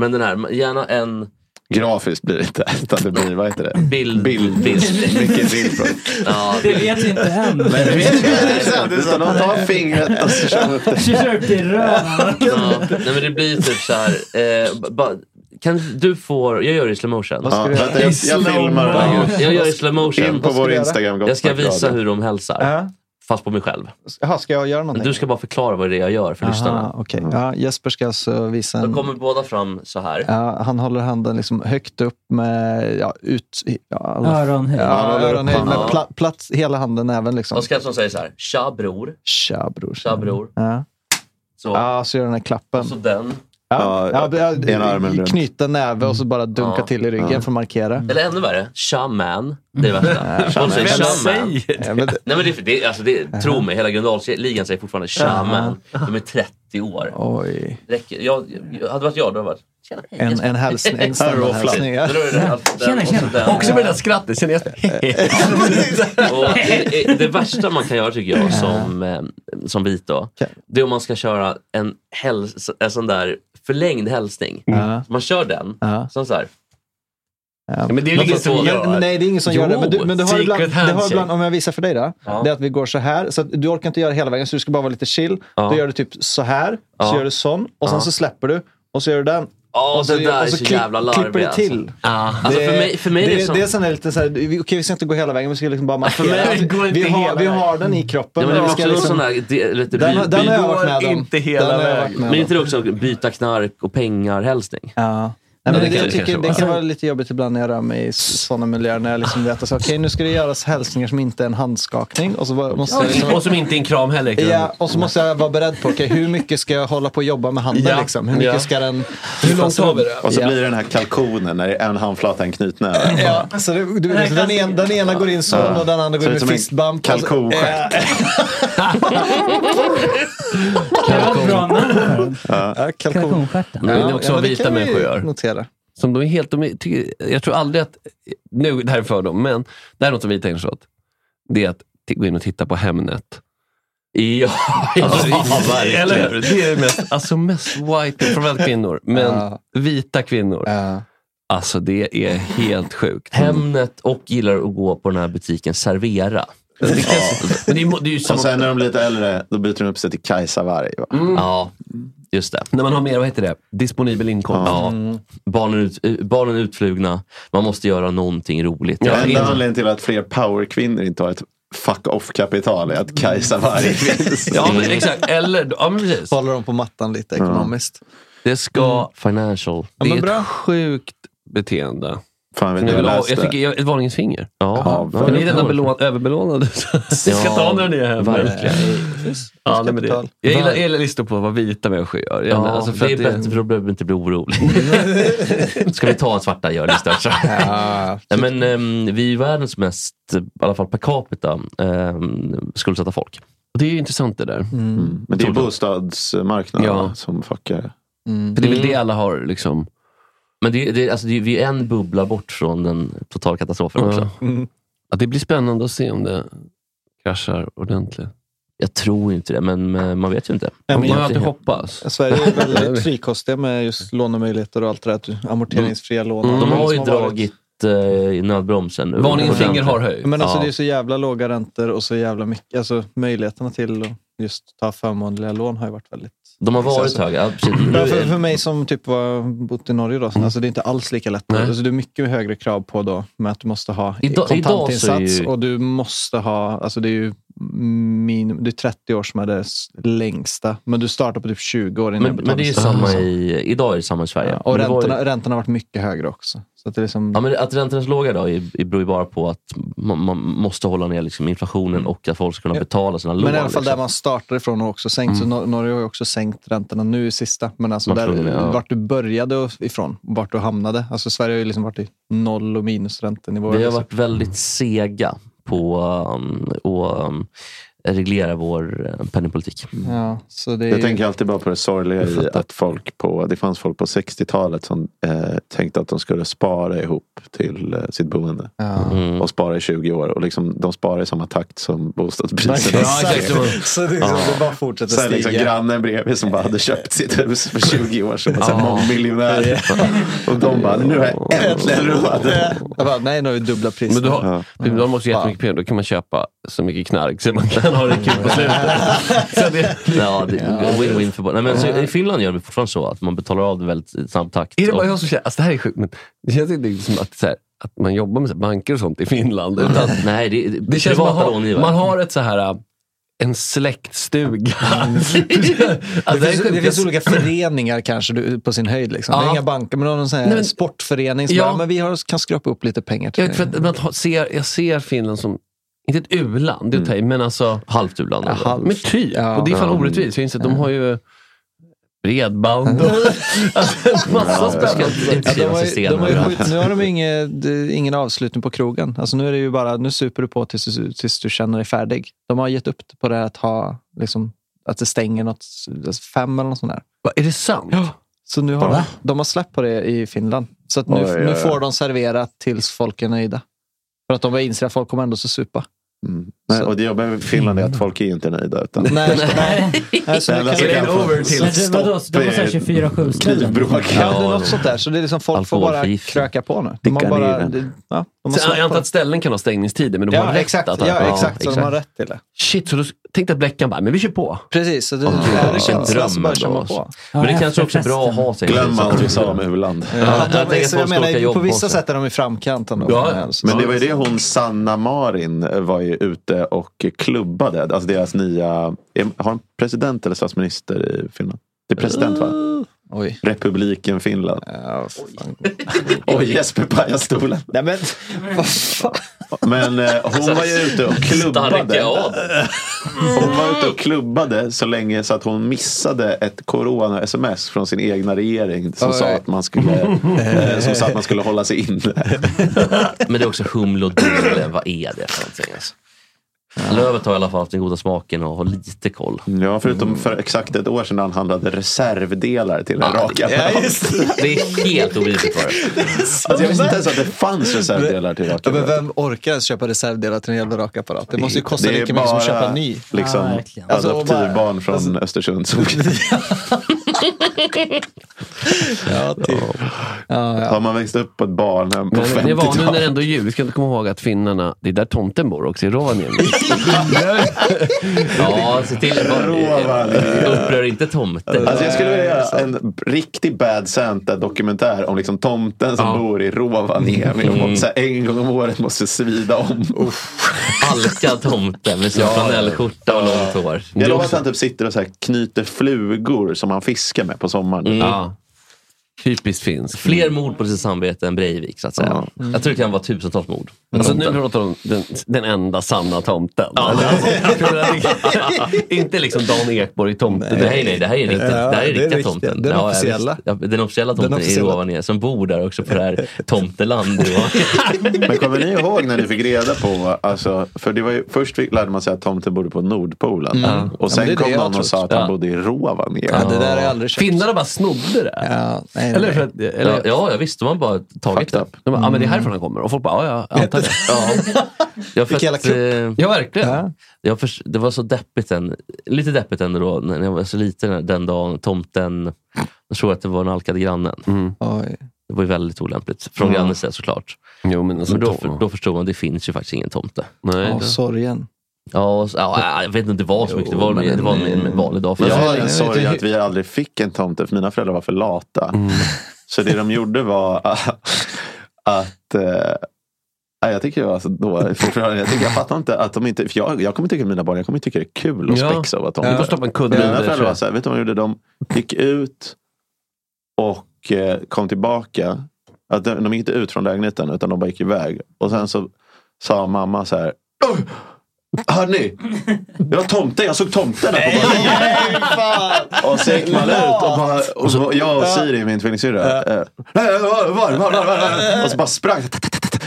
[SPEAKER 2] Men den här, gärna en...
[SPEAKER 3] Mm. Grafiskt blir det inte. Utan det blir, vad heter det?
[SPEAKER 2] Bild.
[SPEAKER 3] Bild. Mycket bild på det.
[SPEAKER 2] Ja,
[SPEAKER 6] Det vet vi inte än.
[SPEAKER 3] Nej, det vet vi inte. Utan de tar fingret och så kör de upp det.
[SPEAKER 6] Kör upp det i röven.
[SPEAKER 2] Ja, nej men det blir typ så här, eh, ba- bara, kan du få, jag gör det i slow motion.
[SPEAKER 3] Vad ska du Ja, göra? vänta, jag- I jag slow filmar det här.
[SPEAKER 2] Ja, Jag gör det i slow motion.
[SPEAKER 3] In på
[SPEAKER 2] Vad ska
[SPEAKER 3] vår
[SPEAKER 2] du göra?
[SPEAKER 3] Instagram, gott
[SPEAKER 2] Jag ska
[SPEAKER 3] snack
[SPEAKER 2] visa
[SPEAKER 3] radio.
[SPEAKER 2] hur de hälsar.
[SPEAKER 5] Ja.
[SPEAKER 2] Fast på mig själv.
[SPEAKER 5] Jaha, ska jag göra någonting?
[SPEAKER 2] Du ska bara förklara vad det är jag gör för lyssnarna.
[SPEAKER 5] Aha, okej. ja, Jesper ska alltså visa
[SPEAKER 2] Då
[SPEAKER 5] en...
[SPEAKER 2] kommer båda fram så här.
[SPEAKER 5] Ja, han håller handen liksom högt upp med ja, ut, ja, alla-
[SPEAKER 2] Öronhöjd. Han
[SPEAKER 5] Ja,
[SPEAKER 2] håller upp
[SPEAKER 5] öronhöjd med
[SPEAKER 2] handen.
[SPEAKER 5] pla, plats, hela handen även. Liksom.
[SPEAKER 2] Och Skavsson säger så här, tja bror.
[SPEAKER 5] Tja bror.
[SPEAKER 2] Tja bror.
[SPEAKER 5] Ja.
[SPEAKER 2] Så.
[SPEAKER 5] Ja, så gör den här klappen.
[SPEAKER 2] Så den.
[SPEAKER 5] Ja, ja, ja,
[SPEAKER 2] ena armen runt.
[SPEAKER 5] knyta näve och så bara dunka
[SPEAKER 2] Ja.
[SPEAKER 5] till i ryggen
[SPEAKER 2] Ja.
[SPEAKER 5] för att markera.
[SPEAKER 2] Eller ännu värre, tja man. Det är det värsta. De säger
[SPEAKER 5] Vem
[SPEAKER 2] tja man.
[SPEAKER 5] säger det? Ja, men det-
[SPEAKER 2] Nej men det, är för- det, är- alltså det, tro mig, hela Gröndalsligan säger fortfarande tja
[SPEAKER 5] Jaha.
[SPEAKER 2] man. De är 30 år.
[SPEAKER 5] Oj.
[SPEAKER 2] Räcker. Jag, jag, hade det varit jag, då hade det varit
[SPEAKER 5] En, en hälsning. En
[SPEAKER 7] Här och fladd.
[SPEAKER 5] standardhälsning.
[SPEAKER 7] Då är det allt där
[SPEAKER 5] Tjena,
[SPEAKER 7] och
[SPEAKER 5] tjena.
[SPEAKER 7] så där.
[SPEAKER 5] Också
[SPEAKER 7] med det där skrattet, känner jag. Och det, det värsta man kan göra tycker jag som, eh, som vit då, det är om man ska köra en, häls- en sån där förlängd hälsning.
[SPEAKER 5] Ja.
[SPEAKER 7] Man kör den,
[SPEAKER 5] Mm. Ja.
[SPEAKER 7] som så här.
[SPEAKER 5] Ja.
[SPEAKER 7] Men det är väl ingen som
[SPEAKER 5] Men-
[SPEAKER 7] gör?
[SPEAKER 5] men Nej, det är ingen som gör
[SPEAKER 7] Jo,
[SPEAKER 5] det. Men, du, men du har
[SPEAKER 7] secret
[SPEAKER 5] ibland, det har
[SPEAKER 7] handshake.
[SPEAKER 5] ibland, om jag visar för dig då,
[SPEAKER 7] Ja.
[SPEAKER 5] det är att vi går så här. Så att du orkar inte göra hela vägen, så du ska bara vara lite chill.
[SPEAKER 7] Ja.
[SPEAKER 5] Då gör du typ så här,
[SPEAKER 7] Ja.
[SPEAKER 5] så gör du sån och sen
[SPEAKER 7] Ja.
[SPEAKER 5] så släpper du och så gör du den.
[SPEAKER 7] Ja,
[SPEAKER 5] och så,
[SPEAKER 7] det där är
[SPEAKER 5] och så
[SPEAKER 7] så
[SPEAKER 5] klipp-
[SPEAKER 7] jävla larvigt.
[SPEAKER 5] klipper du till.
[SPEAKER 7] Alltså. Ja. Alltså, för mig, för mig
[SPEAKER 5] det,
[SPEAKER 7] är det som...
[SPEAKER 5] det är sån här lite så här, vi- okej vi ska inte gå hela vägen, vi ska liksom bara
[SPEAKER 7] Ja, för
[SPEAKER 5] markera.
[SPEAKER 7] mig-
[SPEAKER 5] att
[SPEAKER 7] det går inte
[SPEAKER 5] vi, har,
[SPEAKER 7] hela
[SPEAKER 5] vi har
[SPEAKER 7] vägen.
[SPEAKER 5] den i kroppen.
[SPEAKER 7] Ja, men det är
[SPEAKER 5] vi
[SPEAKER 7] väl
[SPEAKER 5] ska
[SPEAKER 7] också någon
[SPEAKER 5] liksom-
[SPEAKER 7] sån där, det, lite,
[SPEAKER 5] Den har-
[SPEAKER 7] vi-
[SPEAKER 5] den
[SPEAKER 7] vi
[SPEAKER 5] har jag
[SPEAKER 7] går
[SPEAKER 5] varit med om.
[SPEAKER 7] inte hela
[SPEAKER 5] Den har jag varit
[SPEAKER 7] vägen.
[SPEAKER 5] med
[SPEAKER 7] Men
[SPEAKER 5] om.
[SPEAKER 7] inte det också byta knark och pengar-hälsning?
[SPEAKER 5] Ja. Nej, men det, jag
[SPEAKER 7] kanske
[SPEAKER 5] tycker, det
[SPEAKER 7] var.
[SPEAKER 5] kan vara lite jobbigt ibland när jag rör mig i sådana miljöer. När jag liksom vet att så, okej, nu ska det göras hälsningar som inte är en handskakning. Och så bara- måste jag liksom,
[SPEAKER 7] Och som inte är en kram heller. kan
[SPEAKER 5] Ja, och så måste jag vara beredd på, okej, hur mycket ska jag hålla på och jobba med handen?
[SPEAKER 7] Ja.
[SPEAKER 5] Liksom? Hur mycket
[SPEAKER 7] Ja.
[SPEAKER 5] ska den...
[SPEAKER 7] Hur långt har vi
[SPEAKER 3] Och så
[SPEAKER 5] Ja.
[SPEAKER 3] blir det den här kalkonen när det är en handflata, en knytnäve.
[SPEAKER 5] Ja, så det, du, vet, den, en, den ena går in så
[SPEAKER 3] Ja.
[SPEAKER 5] och den andra går
[SPEAKER 3] Ser
[SPEAKER 5] in med
[SPEAKER 3] ut som en
[SPEAKER 5] fistbump.
[SPEAKER 3] kalkonskärt.
[SPEAKER 5] Ja, kalkonstjärten.
[SPEAKER 7] Men det är också vad vita människor gör.
[SPEAKER 5] Notera.
[SPEAKER 7] Som de är helt, de är, tycker, jag tror aldrig att, nu, det här är en fördom, men det här är något som vita ägnar sig åt. Det är att t- gå in och titta på Hemnet. Ja,
[SPEAKER 3] verkligen.
[SPEAKER 7] eller hur? Det är det mest, alltså mest white, framförallt kvinnor, men
[SPEAKER 5] Ja.
[SPEAKER 7] vita kvinnor. Alltså det är helt sjukt. Hemnet och gillar att gå på den här butiken Servera. Men det är, ju- det är ju
[SPEAKER 3] Och
[SPEAKER 7] samma-
[SPEAKER 3] sen när de blir lite äldre, då byter de upp sig till Kajsa Warg. va?
[SPEAKER 7] Ja, just det. När man har mer, vad heter det? Disponibel inkomst. Ja.
[SPEAKER 5] Mm.
[SPEAKER 7] Barnen, ut, eh, barnen är utflugna, man måste göra någonting roligt.
[SPEAKER 3] Ja,
[SPEAKER 7] Jag
[SPEAKER 3] enda
[SPEAKER 7] in-
[SPEAKER 3] anledningen till att fler powerkvinnor inte har ett fuck off-kapital är att Kajsa Warg finns.
[SPEAKER 7] ja men exakt. Eller, ja, men precis.
[SPEAKER 5] Håller dem på mattan lite ekonomiskt.
[SPEAKER 7] Det ska... Financial.
[SPEAKER 5] Ja,
[SPEAKER 7] det
[SPEAKER 5] men
[SPEAKER 7] är
[SPEAKER 5] bra.
[SPEAKER 7] ett sjukt beteende.
[SPEAKER 3] Fan, vet
[SPEAKER 7] Som
[SPEAKER 3] du,
[SPEAKER 7] jag,
[SPEAKER 3] jag
[SPEAKER 7] vill ha,
[SPEAKER 3] läste.
[SPEAKER 7] jag tycker jag, ett varningens finger. Ja,
[SPEAKER 3] Ja,
[SPEAKER 7] för ni är redan
[SPEAKER 3] verkligen.
[SPEAKER 7] belån, överbelånade. Så Ni ska
[SPEAKER 3] Ja,
[SPEAKER 7] ta några nya hem.
[SPEAKER 3] verkligen.
[SPEAKER 7] Ja, nej, men det, jag, gillar, jag gillar listor på vad vita människor gör. Jag-
[SPEAKER 2] Ja,
[SPEAKER 7] alltså, för
[SPEAKER 2] det är
[SPEAKER 7] att
[SPEAKER 2] bättre, för
[SPEAKER 7] då behöver vi inte bli oroliga. ska vi ta en svarta gör det största?
[SPEAKER 2] Nej, men ehm, vi är världens mest, i alla fall per capita,
[SPEAKER 7] ehm,
[SPEAKER 2] um, skuldsatta folk.
[SPEAKER 7] Det är ju intressant det där.
[SPEAKER 3] Mm. Men det är bostadsmarknaden
[SPEAKER 2] Ja.
[SPEAKER 3] va, som fuckar.
[SPEAKER 7] För det är väl det alla har liksom.
[SPEAKER 2] Mm. Men det, det, alltså, det, vi är en bubbla bort från den totala katastrofen också.
[SPEAKER 7] Ja, det blir spännande att se om det kraschar ordentligt.
[SPEAKER 2] Jag tror inte det, men eh, man vet ju inte.
[SPEAKER 5] men
[SPEAKER 2] Man
[SPEAKER 5] jag-
[SPEAKER 2] kan alltid
[SPEAKER 7] hoppas.
[SPEAKER 5] Sverige är väldigt frikostiga med just lånemöjligheter och allt det där. Amorteringsfria lån. och
[SPEAKER 2] De
[SPEAKER 5] allt
[SPEAKER 2] har
[SPEAKER 5] som
[SPEAKER 2] ju
[SPEAKER 5] varit.
[SPEAKER 2] dragit eh, i nödbromsen. nu.
[SPEAKER 7] Varningens finger har höjt.
[SPEAKER 5] Men alltså
[SPEAKER 2] Ja.
[SPEAKER 5] det är så jävla låga räntor och så jävla mycket. Alltså möjligheterna till att just ta förmånliga lån har ju varit väldigt...
[SPEAKER 2] De har varit
[SPEAKER 5] Alltså,
[SPEAKER 2] höga. Ja, precis.
[SPEAKER 5] Ja, för, för mig som typ var bott i Norge då, så, alltså det är inte alls lika lätt.
[SPEAKER 2] Nej.
[SPEAKER 5] Alltså det är mycket högre krav på då med att du måste ha
[SPEAKER 2] Idag- idag så
[SPEAKER 5] kontantinsats
[SPEAKER 2] är ju-
[SPEAKER 5] och du måste ha, alltså det är ju minim, det är 30 år som är det s- längsta, men du startar på typ 20 år innan
[SPEAKER 2] Men, men det är ju samma i, idag är det samma i Sverige.
[SPEAKER 5] Alltså. Och
[SPEAKER 2] Men det var ju-
[SPEAKER 5] räntorna, räntorna har varit mycket högre också. Så att det är liksom,
[SPEAKER 2] Ja, men att räntorna är så låga idag är- beror ju bara på att man, man måste hålla ner liksom inflationen och att folk ska kunna betala sina lån.
[SPEAKER 5] Men i alla fall där
[SPEAKER 2] liksom.
[SPEAKER 5] man startade ifrån har också sänkt.
[SPEAKER 3] Mm.
[SPEAKER 5] Så Nor- Norge har ju också sänkt räntorna nu i sista. Men alltså
[SPEAKER 2] Man
[SPEAKER 5] där,
[SPEAKER 2] tror det, ja.
[SPEAKER 5] vart du började och ifrån, vart du hamnade. Alltså Sverige har ju liksom varit i noll och minusräntenivåer.
[SPEAKER 2] Vi har
[SPEAKER 5] liksom.
[SPEAKER 2] varit
[SPEAKER 7] Mm.
[SPEAKER 2] väldigt sega på um, att um, reglera vår eh, penningpolitik.
[SPEAKER 7] Mm.
[SPEAKER 5] Ja, så det är
[SPEAKER 3] Jag
[SPEAKER 5] ju-
[SPEAKER 3] tänker alltid bara på det sorgliga i att folk på, det fanns folk på 60-talet som eh, tänkte att de skulle spara ihop till eh, sitt boende.
[SPEAKER 5] Ja.
[SPEAKER 2] Mm.
[SPEAKER 3] Och spara i 20 år. Och liksom, de sparar i samma takt som bostadspriserna
[SPEAKER 5] Ja, exakt.
[SPEAKER 3] steg.
[SPEAKER 5] Så det är liksom- det bara fortsätter
[SPEAKER 3] Sen liksom
[SPEAKER 5] stiga.
[SPEAKER 3] grannen bredvid som bara hade köpt sitt hus för 20 år sedan. Och sen mångmiljonär. Och de bara, nu har jag äntligen råd.
[SPEAKER 5] Jag bara, nej, nu har vi dubbla priser.
[SPEAKER 7] Men du har, du, de har också jättemycket pengar. Då kan man köpa så mycket knark så man kan ha det kul på slutet. Så det,
[SPEAKER 2] Ja, det win-win för båda. Nej, men så, I Finland gör vi fortfarande så att man betalar av det väldigt i snabb takt.
[SPEAKER 7] Är det
[SPEAKER 2] Och-
[SPEAKER 7] bara jag som känner, alltså det här är sjukt, men det känns inte riktigt som att, så här, att man jobbar med så här banker och sånt i Finland. Utan
[SPEAKER 2] Nej, det, det,
[SPEAKER 7] det känns som att man
[SPEAKER 2] privata
[SPEAKER 7] har,
[SPEAKER 2] långivare.
[SPEAKER 7] man har ett så här, äh, en släktstuga. alltså,
[SPEAKER 5] det,
[SPEAKER 7] här är
[SPEAKER 5] finns,
[SPEAKER 7] sjukt.
[SPEAKER 5] det finns olika föreningar kanske du, på sin höjd. Liksom. Det är
[SPEAKER 7] Ja.
[SPEAKER 5] inga banker, men någon sån här
[SPEAKER 7] Nej, men-
[SPEAKER 5] sportförening som
[SPEAKER 7] Ja.
[SPEAKER 5] bara, men vi har, kan skrapa upp lite pengar till
[SPEAKER 7] jag, för
[SPEAKER 5] dig.
[SPEAKER 7] att man har- ser, jag ser Finland som, inte ett u-land, det
[SPEAKER 5] Mm.
[SPEAKER 7] är att ta i, men alltså...
[SPEAKER 2] Halvt u-land.
[SPEAKER 7] Ja,
[SPEAKER 2] eller?
[SPEAKER 7] Men typ.
[SPEAKER 5] Ja.
[SPEAKER 7] och det är fan
[SPEAKER 5] Ja.
[SPEAKER 7] orättvist. Jag inser att de har ju bredband och alltså, en massa spännande
[SPEAKER 5] Ja, de har, ju- de har ju
[SPEAKER 2] överallt.
[SPEAKER 5] skjut, nu har de inge, det- ingen avslutning på krogen. Alltså nu är det ju bara, nu super du på tills, tills du känner dig färdig. De har gett upp på det här att ha, liksom, att det stänger något, alltså fem eller något sånt där.
[SPEAKER 7] Va, Är det sant?
[SPEAKER 5] Så nu har
[SPEAKER 3] Va?
[SPEAKER 5] de har släppt på det i Finland. Så att nu,
[SPEAKER 3] Oj, oj,
[SPEAKER 5] nu
[SPEAKER 3] oj.
[SPEAKER 5] får de servera tills folk är nöjda. För att de börjar inse att folk kommer ändå så supa.
[SPEAKER 3] Nej, och det jobbiga med Finland är att folk är ju inte nöjda. Utan
[SPEAKER 5] Nej, nej. Alltså,
[SPEAKER 3] Det enda som
[SPEAKER 5] det kan-
[SPEAKER 3] kan få stopp är- Knivbråk.
[SPEAKER 5] Ja, det är något sånt där. Så det är liksom folk får bara kröka på nu. De har
[SPEAKER 2] Dicka
[SPEAKER 5] bara,
[SPEAKER 2] ner den.
[SPEAKER 5] det- ja, de har
[SPEAKER 2] Sen, jag
[SPEAKER 5] släppt på
[SPEAKER 2] antar
[SPEAKER 5] det.
[SPEAKER 2] att ställen kan ha stängningstider, men de
[SPEAKER 5] Ja,
[SPEAKER 2] har rätt
[SPEAKER 5] exakt.
[SPEAKER 2] att ha
[SPEAKER 5] Ja,
[SPEAKER 2] öppet.
[SPEAKER 5] exakt, så de har rätt till det.
[SPEAKER 2] Shit, så då tänkte att Bleckan bara, men vi kör på.
[SPEAKER 5] Precis, så det,
[SPEAKER 2] oh,
[SPEAKER 5] det är känslan så bara kör man på.
[SPEAKER 2] Men det kanske också är bra att ha sig.
[SPEAKER 3] Glöm allt vi sa om u-land.
[SPEAKER 5] Ja, de, jag jag menar, på vissa sätt är de i framkant. ändå.
[SPEAKER 3] Men det var ju det hon, Sanna Marin, var ju ute och klubbade. Alltså deras nya, är- har en president eller statsminister i Finland? Det är president va?
[SPEAKER 5] Uh, Oj.
[SPEAKER 3] Republiken Finland. Oj, Jesper pajade stolen.
[SPEAKER 5] Nej, men,
[SPEAKER 3] Men eh, hon var ju ute och klubbade.
[SPEAKER 2] Starka ad.
[SPEAKER 3] Hon var ute och klubbade så länge så att hon missade ett corona-sms från sin egna regering som, sa
[SPEAKER 2] Oj.
[SPEAKER 3] att, man skulle, eh, som sa att man skulle hålla sig inne.
[SPEAKER 2] Men det är också humle och dumle. Vad är det för någonting? Alltså? Lövet har i alla fall haft den goda smaken och har lite koll.
[SPEAKER 3] Ja, förutom
[SPEAKER 2] Mm.
[SPEAKER 3] för exakt ett år sedan han handlade reservdelar till en rakapparat.
[SPEAKER 2] Ja, just det. Det är helt obegripligt vad det är.
[SPEAKER 3] Alltså, jag visste inte ens att det fanns reservdelar till
[SPEAKER 5] Ja, men
[SPEAKER 3] rakapparat.
[SPEAKER 5] vem orkar ens köpa reservdelar till en jävla rakapparat? Det måste ju kosta
[SPEAKER 3] Det är
[SPEAKER 5] lika mycket som att
[SPEAKER 3] bara,
[SPEAKER 5] köpa en ny.
[SPEAKER 3] Liksom,
[SPEAKER 5] Alltså, och bara-
[SPEAKER 3] adoptivbarn från
[SPEAKER 7] alltså-
[SPEAKER 3] Östersund. Som,
[SPEAKER 5] ja, typ.
[SPEAKER 3] Har man växt upp på ett barnhem på
[SPEAKER 7] Men det var nu
[SPEAKER 3] 50-talet?
[SPEAKER 7] när det ändå är jul. Vi ska inte komma ihåg att finnarna, det är där tomten bor också, i Rovaniemi.
[SPEAKER 2] Ja, se till. Upprör inte tomten.
[SPEAKER 3] Alltså jag skulle vilja göra en riktig Bad Santa-dokumentär om liksom tomten som bor i Rovaniemi och
[SPEAKER 2] Mm.
[SPEAKER 3] så här en gång om året måste svida om.
[SPEAKER 2] Alkad tomte med sin
[SPEAKER 3] Ja.
[SPEAKER 2] flanellskjorta och långt hår.
[SPEAKER 3] Jag lovar att han typ sitter och så här knyter flugor som han fiskar med på sommaren.
[SPEAKER 2] Mm. Ja. Mm.
[SPEAKER 7] Typiskt finsk.
[SPEAKER 2] Fler mord på sitt samvete än Breivik, så att säga. Jag tror det kan vara tusentals mord.
[SPEAKER 7] Alltså nu pratar de om den, den enda sanna tomten. Alltså, jag menar, inte liksom Dan Ekborg tomte.
[SPEAKER 2] Nej, nej, det här är riktigt, det här är riktiga tomten.
[SPEAKER 7] Den
[SPEAKER 2] Ja, ja,
[SPEAKER 7] officiella.
[SPEAKER 2] visst. Ja, den officiella tomten
[SPEAKER 7] Den
[SPEAKER 2] i
[SPEAKER 7] officiella.
[SPEAKER 2] Rovaniemi som bor där också på det här tomteland.
[SPEAKER 3] Men kommer ni ihåg när ni fick reda på, alltså, för det var ju, först fick- lärde man sig att tomten bodde på Nordpolen.
[SPEAKER 2] Mm. Ja,
[SPEAKER 3] Och sen
[SPEAKER 2] men det är det
[SPEAKER 3] kom
[SPEAKER 2] jag
[SPEAKER 3] någon
[SPEAKER 2] trott.
[SPEAKER 3] och sa att han
[SPEAKER 2] Ja.
[SPEAKER 3] bodde i Rovaniemi.
[SPEAKER 7] Finnarna bara snodde det.
[SPEAKER 2] nej,
[SPEAKER 7] eller
[SPEAKER 2] nej.
[SPEAKER 7] för att, eller,
[SPEAKER 2] Ja, Mm. ja, visst. De har bara tagit det.
[SPEAKER 7] De bara, ja, men det är härifrån han kommer. Och folk bara, ja, ja, antar det.
[SPEAKER 2] Jag eh,
[SPEAKER 7] Vilken jävla klubb. Ja, verkligen.
[SPEAKER 2] Jag förs- det var så deppigt, en, lite deppigt ändå då, när jag var så liten den dagen tomten, jag tror att det var den alkade grannen. Det var ju väldigt olämpligt, från
[SPEAKER 5] Ja.
[SPEAKER 2] grannens sida såklart.
[SPEAKER 7] Jo, men,
[SPEAKER 5] alltså,
[SPEAKER 2] då,
[SPEAKER 5] då-
[SPEAKER 2] för- då förstod man, det finns ju faktiskt ingen tomte.
[SPEAKER 5] Ja, sorgen.
[SPEAKER 2] Ja, och så- ja, jag vet inte, det var så mycket. Det var,
[SPEAKER 3] men-
[SPEAKER 2] det var en, en vanlig dag.
[SPEAKER 3] Men jag har
[SPEAKER 2] mig.
[SPEAKER 3] en sorg att vi aldrig fick en tomte, för mina föräldrar var för lata.
[SPEAKER 2] Mm.
[SPEAKER 3] Så det de gjorde var att... Eh, nej, jag tycker det var så dåligt. för föräldrar. Jag, tycker, jag fattar inte att de inte... För jag, jag kommer tycka mina barn, jag kommer tycka det är kul att
[SPEAKER 7] Ja.
[SPEAKER 3] spexa och vara tomte.
[SPEAKER 7] Du får stoppa en kudde
[SPEAKER 3] Mina
[SPEAKER 7] under,
[SPEAKER 3] föräldrar
[SPEAKER 7] tror
[SPEAKER 3] var
[SPEAKER 7] jag.
[SPEAKER 3] så här, vet du vad de gjorde? De gick ut och eh, kom tillbaka. Att de, de gick inte ut från lägenheten, utan de bara gick iväg. Och sen så sa mamma så här. "Oj, Hörni, jag har tomte, jag såg tomten där på balkongen. Och så gick man ut och, bara, och så, jag och Siri, min tvillingsyrra. eh, "Eh, Var, var, var, var, var?" Och så bara sprang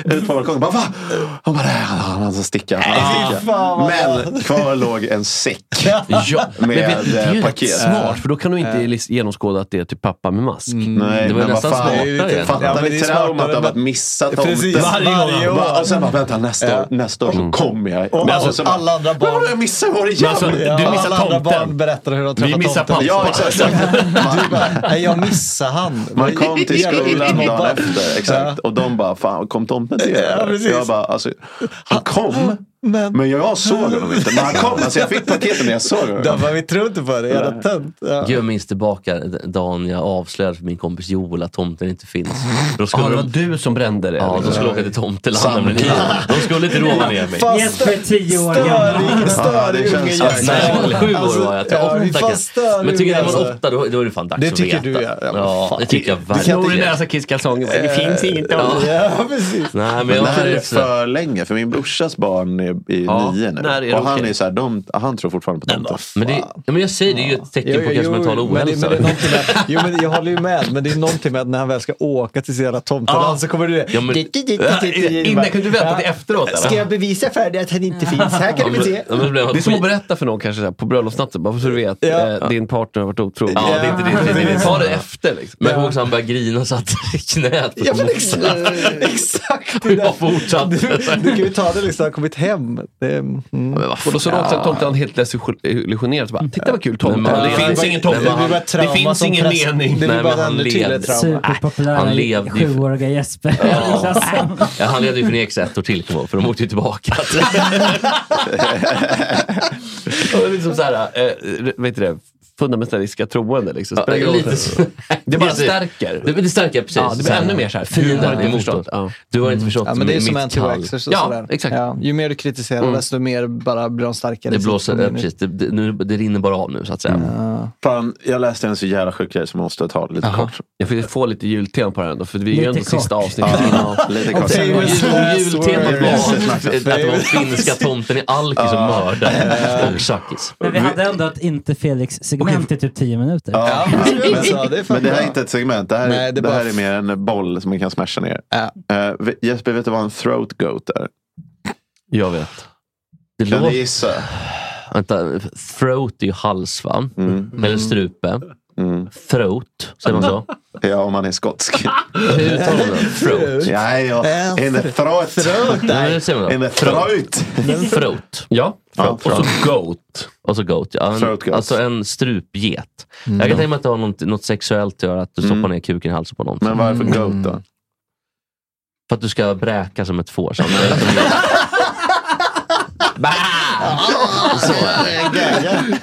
[SPEAKER 3] ut på balkongen. Bara, va? Hon bara, "Nej, han han- han ska sticka. han ska
[SPEAKER 7] Nej,
[SPEAKER 3] sticka."
[SPEAKER 7] fan, vad
[SPEAKER 3] Men kvar låg en säck
[SPEAKER 7] Ja, men
[SPEAKER 3] med
[SPEAKER 7] vet du, det är
[SPEAKER 3] eh,
[SPEAKER 7] ju
[SPEAKER 3] paket.
[SPEAKER 7] rätt smart, för då kan du inte
[SPEAKER 3] Eh.
[SPEAKER 7] lis- genomskåda att det är typ pappa med
[SPEAKER 2] Mm.
[SPEAKER 7] mask.
[SPEAKER 3] Nej,
[SPEAKER 7] det var ju
[SPEAKER 3] men
[SPEAKER 7] nästan
[SPEAKER 3] vad fan,
[SPEAKER 7] smartare. egentligen.
[SPEAKER 3] Fattar ni traumat av att missa tomten?
[SPEAKER 7] Precis, varje år.
[SPEAKER 3] Bara- Och sen bara, vänta nästa år, nästa år
[SPEAKER 5] Mm.
[SPEAKER 3] så kommer jag. Men alltså, så bara-
[SPEAKER 5] andra barn...
[SPEAKER 3] Men jag missar vår igen.
[SPEAKER 7] alltså,
[SPEAKER 5] Ja, alla andra barn berättar hur de träffar tomten.
[SPEAKER 3] Ja, exakt.
[SPEAKER 5] Du bara, nej, jag missade han.
[SPEAKER 3] Man kom till
[SPEAKER 5] Jävla
[SPEAKER 3] skolan dagen
[SPEAKER 5] mobbar.
[SPEAKER 3] efter. Exakt. Och de bara, fan kom tomten till er?
[SPEAKER 5] Ja, precis.
[SPEAKER 3] jag bara, alltså, han kom. Men... jag såg honom inte. Men han kom. Alltså, jag fick paketen när jag såg honom.
[SPEAKER 5] De bara, vi tror inte på det. Jävla tönt. Ja.
[SPEAKER 2] Gud, jag minns tillbaka dagen jag avslöjade för min kompis Joel att tomten inte finns. Då
[SPEAKER 7] Ja, det
[SPEAKER 2] de-
[SPEAKER 7] var du som brände det.
[SPEAKER 2] Ja, de skulle åka till Tomteland. men nej, De skulle till Rovaniemi.
[SPEAKER 6] Jesper tio år
[SPEAKER 5] gammal.
[SPEAKER 3] det känns
[SPEAKER 2] Ja, nej, sju
[SPEAKER 5] Alltså,
[SPEAKER 2] år var jag. Jag
[SPEAKER 5] ja,
[SPEAKER 2] tror
[SPEAKER 5] vi
[SPEAKER 2] åtta
[SPEAKER 5] fan
[SPEAKER 2] kanske.
[SPEAKER 5] stör
[SPEAKER 2] Men tycker jag när
[SPEAKER 5] ungar,
[SPEAKER 2] man
[SPEAKER 5] alltså.
[SPEAKER 2] åtta, då, då är det fan dags
[SPEAKER 5] Det
[SPEAKER 2] att
[SPEAKER 5] tycker
[SPEAKER 2] veta.
[SPEAKER 5] du, ja. Ja, men
[SPEAKER 2] ja, det
[SPEAKER 5] fan.
[SPEAKER 2] tycker jag
[SPEAKER 5] Du
[SPEAKER 2] verkligen.
[SPEAKER 7] Snor i näsa, kisskalsonger. Det finns inget
[SPEAKER 2] Ja.
[SPEAKER 7] tomte.
[SPEAKER 5] Eh, Ja, precis.
[SPEAKER 2] Nej, men
[SPEAKER 3] Men det
[SPEAKER 2] jag
[SPEAKER 3] här
[SPEAKER 2] tror
[SPEAKER 3] är
[SPEAKER 2] det.
[SPEAKER 3] för länge. För min brorsas barn är är, är
[SPEAKER 2] Ja,
[SPEAKER 3] nio nu.
[SPEAKER 2] när är det
[SPEAKER 3] och han
[SPEAKER 2] okej?
[SPEAKER 3] är så här, de, han tror fortfarande på tomten.
[SPEAKER 2] Men, det, ja, men jag säger det är ju ett tecken på kanske
[SPEAKER 5] men
[SPEAKER 2] mental
[SPEAKER 5] det, men
[SPEAKER 2] ohälsa.
[SPEAKER 5] det är någonting med, jo, men jag håller ju med. Men det är någonting med att när han väl ska åka till sin jävla tomteland så kommer det...
[SPEAKER 2] Ja, men-
[SPEAKER 7] Innan kunde du vänta till efteråt? eller?
[SPEAKER 10] Ska jag bevisa för dig att han inte finns? Här
[SPEAKER 7] Ja,
[SPEAKER 10] kan du
[SPEAKER 7] men-
[SPEAKER 10] väl se.
[SPEAKER 7] ja, men Det är som att berätta för någon kanske så här, på bröllopsnatten, bara för så du vet, eh, din partner har varit otrogen.
[SPEAKER 2] Ja, det är inte det. Det är inte-
[SPEAKER 7] Ta det efter liksom.
[SPEAKER 2] Men jag kommer ihåg så han började grina och satte i knät. på
[SPEAKER 5] Ja, men
[SPEAKER 2] tomten.
[SPEAKER 5] exakt. exakt det
[SPEAKER 7] Jag fortsatte.
[SPEAKER 5] Du, du kan ju ta det liksom, han har kommit hem. Det, mm.
[SPEAKER 7] Och då så ja. tomten han helt desillusionerad. Så bara, Titta vad kul tomten
[SPEAKER 5] Men man-
[SPEAKER 7] Det finns ingen
[SPEAKER 5] Det blir
[SPEAKER 7] tomten.
[SPEAKER 5] bara
[SPEAKER 7] Det
[SPEAKER 5] trauma
[SPEAKER 7] finns
[SPEAKER 5] som
[SPEAKER 7] ingen
[SPEAKER 5] press-
[SPEAKER 7] mening.
[SPEAKER 5] Det blir
[SPEAKER 7] Nej,
[SPEAKER 5] bara
[SPEAKER 7] men han
[SPEAKER 5] ännu
[SPEAKER 7] levde.
[SPEAKER 5] tydligare trauma.
[SPEAKER 2] han
[SPEAKER 9] Superpopulära
[SPEAKER 2] levde ju för-
[SPEAKER 9] sjuåriga Jesper. Alltså.
[SPEAKER 2] Ja, han levde ju för Neks ett år till, kommer jag ihåg, för de åkte ju tillbaka.
[SPEAKER 7] Och liksom så här, eh, vet du det, fundamentalistiska troende. Liksom.
[SPEAKER 2] Ja,
[SPEAKER 7] Spelar ingen roll.
[SPEAKER 2] lite-
[SPEAKER 7] det bara
[SPEAKER 2] Precis.
[SPEAKER 7] stärker.
[SPEAKER 2] Det- det stärker, precis.
[SPEAKER 7] Ja, det blir
[SPEAKER 2] Så här,
[SPEAKER 7] ännu mer så här.
[SPEAKER 2] fienden
[SPEAKER 7] du har inte
[SPEAKER 2] emot
[SPEAKER 7] förstått.
[SPEAKER 2] oss.
[SPEAKER 7] Ja.
[SPEAKER 2] Du har inte förstått
[SPEAKER 5] Ja, men det är
[SPEAKER 2] mitt
[SPEAKER 5] som
[SPEAKER 2] kall.
[SPEAKER 5] anti-waxers och
[SPEAKER 2] Ja,
[SPEAKER 5] sådär.
[SPEAKER 2] exakt.
[SPEAKER 5] Ja, ju mer du kritiserar,
[SPEAKER 2] Mm.
[SPEAKER 5] desto mer bara blir de starkare.
[SPEAKER 2] Det
[SPEAKER 5] i sin
[SPEAKER 2] blåser, ja,
[SPEAKER 7] eh,
[SPEAKER 5] community.
[SPEAKER 2] precis. Det, det, nu, det rinner bara av nu så att säga.
[SPEAKER 3] Fan, jag läste en så jävla sjuk grej som jag måste ta lite kort.
[SPEAKER 7] Jag får få lite jultema på det här ändå, för vi är ju
[SPEAKER 3] Lite
[SPEAKER 7] ändå
[SPEAKER 3] kort.
[SPEAKER 7] sista avsnittet
[SPEAKER 3] Ja,
[SPEAKER 7] innan.
[SPEAKER 3] lite kort.
[SPEAKER 7] Och jul-
[SPEAKER 3] Famous last
[SPEAKER 7] Jultemat
[SPEAKER 3] word.
[SPEAKER 7] var
[SPEAKER 3] Yes.
[SPEAKER 7] att att det var finska tomten i Alki som mördade och Sakis.
[SPEAKER 9] Men vi hade ändå ett inte Felix-segment i typ 10 minuter.
[SPEAKER 3] Ja, men, men det här är inte ett segment. Det här,
[SPEAKER 5] Nej,
[SPEAKER 3] det
[SPEAKER 5] det är bara-
[SPEAKER 3] här är mer en boll som man kan smasha ner. Eh, v- Jesper, vet du vad en throat goat är?
[SPEAKER 2] Jag vet. Det
[SPEAKER 3] Kan
[SPEAKER 2] låter-
[SPEAKER 3] du gissa?
[SPEAKER 2] Vänta, throat är ju hals va?
[SPEAKER 3] Mm.
[SPEAKER 5] Mm.
[SPEAKER 2] Eller strupe. Throat, säger man så?
[SPEAKER 3] Ja, om man är skotsk.
[SPEAKER 2] Hur tar man den? Throat?
[SPEAKER 3] Ja, ja. In the throat.
[SPEAKER 2] Throat, nej. det säger man då.
[SPEAKER 3] In the throat.
[SPEAKER 2] Throat. Ja.
[SPEAKER 3] Ja,
[SPEAKER 2] Och så goat. Och så goat, ja. En,
[SPEAKER 3] Throat goat.
[SPEAKER 2] Alltså en strupget. Jag kan tänka mig att det har något, något sexuellt att göra, att du stoppar ner kuken i halsen på någon.
[SPEAKER 3] Mm. Men varför goat då?
[SPEAKER 2] För att du ska bräka som ett får. Så.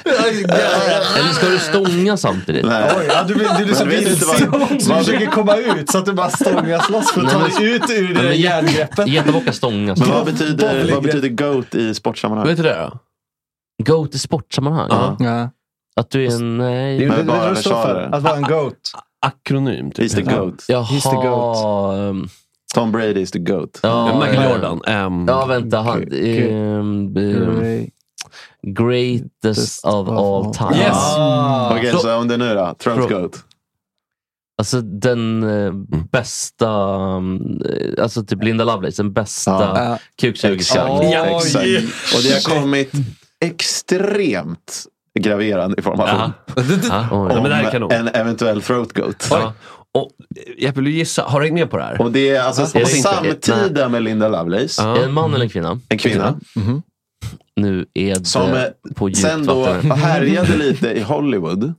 [SPEAKER 2] Eller ska du stånga samtidigt?
[SPEAKER 5] Oj, ja, du, blir- du, blir så
[SPEAKER 2] Men vet inte
[SPEAKER 5] vilsen.
[SPEAKER 2] vad-
[SPEAKER 5] Så du försöker komma ut så att du bara stångas loss för att ta dig ut ur det där järngreppet.
[SPEAKER 2] Jättebockar stångas.
[SPEAKER 3] Men vad betyder, vad betyder goat i sportsammanhang?
[SPEAKER 2] Vet du det då? Goat i sportsammanhang?
[SPEAKER 3] Ja.
[SPEAKER 2] Att du är en... Nej.
[SPEAKER 3] Det är ju det- det är det du står för,
[SPEAKER 5] Att vara en goat.
[SPEAKER 7] Akronym.
[SPEAKER 3] He's the goat.
[SPEAKER 2] Jaha.
[SPEAKER 3] He's the
[SPEAKER 2] goat.
[SPEAKER 3] Tom Brady is the goat.
[SPEAKER 2] Ja,
[SPEAKER 7] Michael
[SPEAKER 2] ja.
[SPEAKER 7] Jordan. ehm,
[SPEAKER 2] Ja, vänta. Han, ehm, eh, ehm, greatest of all time.
[SPEAKER 3] Yes!
[SPEAKER 5] Ah.
[SPEAKER 3] Okej, så om det nu då? Throat
[SPEAKER 2] Throat.
[SPEAKER 3] goat.
[SPEAKER 2] Alltså den eh,
[SPEAKER 7] Mm.
[SPEAKER 2] bästa, eh, alltså typ Linda Lovelace, den bästa
[SPEAKER 3] Ja.
[SPEAKER 2] kuksugerskan.
[SPEAKER 3] Exakt. Exakt. Och det har kommit extremt graverande information.
[SPEAKER 7] oj. Ja, men det här är
[SPEAKER 3] Om
[SPEAKER 7] kanon.
[SPEAKER 3] en eventuell throat goat.
[SPEAKER 7] Oj. Och, eh, Jeppe, du gissa. Har du hängt med på det här?
[SPEAKER 3] Och det är alltså
[SPEAKER 7] Är det inte-
[SPEAKER 3] samtida med Linda Lovelace.
[SPEAKER 2] Är det en man eller en kvinna?
[SPEAKER 3] En kvinna.
[SPEAKER 2] Nu är det
[SPEAKER 3] Som eh,
[SPEAKER 2] på djupt
[SPEAKER 3] sen då
[SPEAKER 2] vatten.
[SPEAKER 3] härjade lite i Hollywood.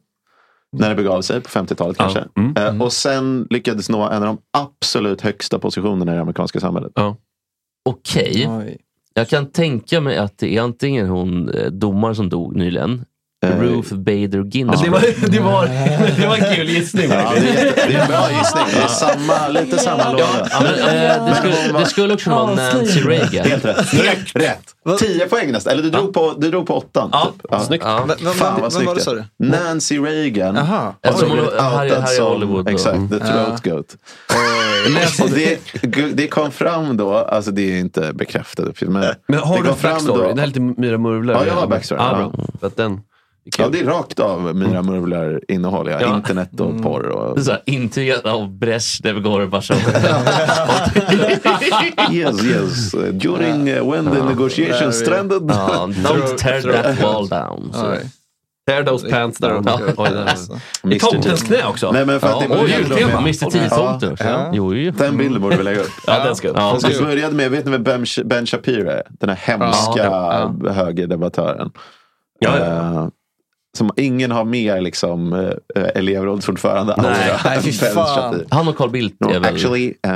[SPEAKER 3] När det begav sig på 50-talet
[SPEAKER 2] Ja.
[SPEAKER 3] kanske.
[SPEAKER 7] Mm.
[SPEAKER 3] Eh, Och sen lyckades nå en av de absolut högsta positionerna i det amerikanska samhället.
[SPEAKER 2] Okej. Jag kan tänka mig att det är antingen hon eh, domaren som dog nyligen,
[SPEAKER 3] Eh.
[SPEAKER 2] Ruth Bader Ginsburg.
[SPEAKER 7] Det var, det, var, det var en kul gissning.
[SPEAKER 3] Ja, det, är, det är en bra gissning. Det är samma, lite samma låda.
[SPEAKER 2] Ja, men, eh, det, skulle, det skulle också kunna vara Nancy Reagan.
[SPEAKER 3] Helt rätt. Snyggt. Rätt. 10 poäng nästan. Eller du drog på, du drog på åttan. Typ. Ja.
[SPEAKER 2] Snyggt. Ja.
[SPEAKER 3] Fan vad snyggt.
[SPEAKER 5] var det, sa du?
[SPEAKER 3] Nancy Reagan.
[SPEAKER 5] Aha.
[SPEAKER 3] Alltså,
[SPEAKER 2] Eftersom hon här är- här är Hollywood då.
[SPEAKER 3] Exakt, the
[SPEAKER 2] Mm.
[SPEAKER 3] throat goat. Och det, det kom fram då, alltså det är inte bekräftat uppgift, men,
[SPEAKER 7] Men har
[SPEAKER 3] det
[SPEAKER 7] du
[SPEAKER 3] kom
[SPEAKER 7] en
[SPEAKER 3] fram
[SPEAKER 7] backstory?
[SPEAKER 3] då.
[SPEAKER 7] Det här är lite Myra Murvlar.
[SPEAKER 3] Ja, jag har backstory,
[SPEAKER 7] Ja,
[SPEAKER 3] ja.
[SPEAKER 7] bra. För att den
[SPEAKER 3] Ja, det är rakt av Myra Murvlar innehåll, ja.
[SPEAKER 2] Ja.
[SPEAKER 3] internet och porr. Och...
[SPEAKER 2] Det är så här, Intygat av Brezjnev går och bara så.
[SPEAKER 3] Yes, yes. During uh, when the negotiations stranded.
[SPEAKER 2] Ja, don't tear that wall down. Så.
[SPEAKER 7] Tear those pants down.
[SPEAKER 2] Ja.
[SPEAKER 7] Oj, där.
[SPEAKER 5] Alltså.
[SPEAKER 7] I tomtens knä också.
[SPEAKER 3] Nej, men för att det
[SPEAKER 7] och
[SPEAKER 3] började
[SPEAKER 7] jultema.
[SPEAKER 3] med-
[SPEAKER 7] Mr T-tomten
[SPEAKER 3] Ja.
[SPEAKER 7] också.
[SPEAKER 3] Ja.
[SPEAKER 2] Jo, jo.
[SPEAKER 3] Den bilden borde vi lägga upp.
[SPEAKER 7] Ja, den ska upp.
[SPEAKER 3] Ja,
[SPEAKER 7] Den ska
[SPEAKER 3] det
[SPEAKER 7] upp.
[SPEAKER 3] Alltså, började med, vet ni vem Ben, Sh- ben Shapiro är? Den här hemska
[SPEAKER 7] Ja,
[SPEAKER 3] högerdebattören.
[SPEAKER 7] Ja, ja.
[SPEAKER 3] Eh, som ingen har mer liksom, eh, elevrådsordförande
[SPEAKER 2] Nej,
[SPEAKER 3] aura
[SPEAKER 5] nej,
[SPEAKER 3] än
[SPEAKER 5] fy
[SPEAKER 3] Ben
[SPEAKER 5] fan.
[SPEAKER 3] Shapiro.
[SPEAKER 2] Han och Carl Bildt är
[SPEAKER 3] No,
[SPEAKER 2] väl...
[SPEAKER 3] actually, eh,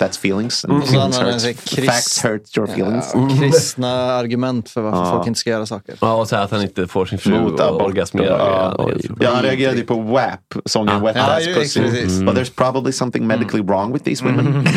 [SPEAKER 3] that's feelings. And
[SPEAKER 5] Mm.
[SPEAKER 3] feelings
[SPEAKER 5] Så han har en
[SPEAKER 3] hurts.
[SPEAKER 5] sån här krist-
[SPEAKER 3] Facts hurt your feelings.
[SPEAKER 7] Mm.
[SPEAKER 5] Ja, kristna argument för varför
[SPEAKER 3] Mm. Ja.
[SPEAKER 5] folk inte ska göra saker.
[SPEAKER 7] Ja, och så här att han inte får sin fru
[SPEAKER 3] Mot
[SPEAKER 7] att
[SPEAKER 3] abort.
[SPEAKER 7] orgasmera.
[SPEAKER 3] Ja, Ja, han reagerade ju på WAP, sången Wet
[SPEAKER 5] Ja,
[SPEAKER 3] Ass
[SPEAKER 5] ju,
[SPEAKER 3] Pussy.
[SPEAKER 5] precis.
[SPEAKER 3] But there's probably something medically wrong with these women.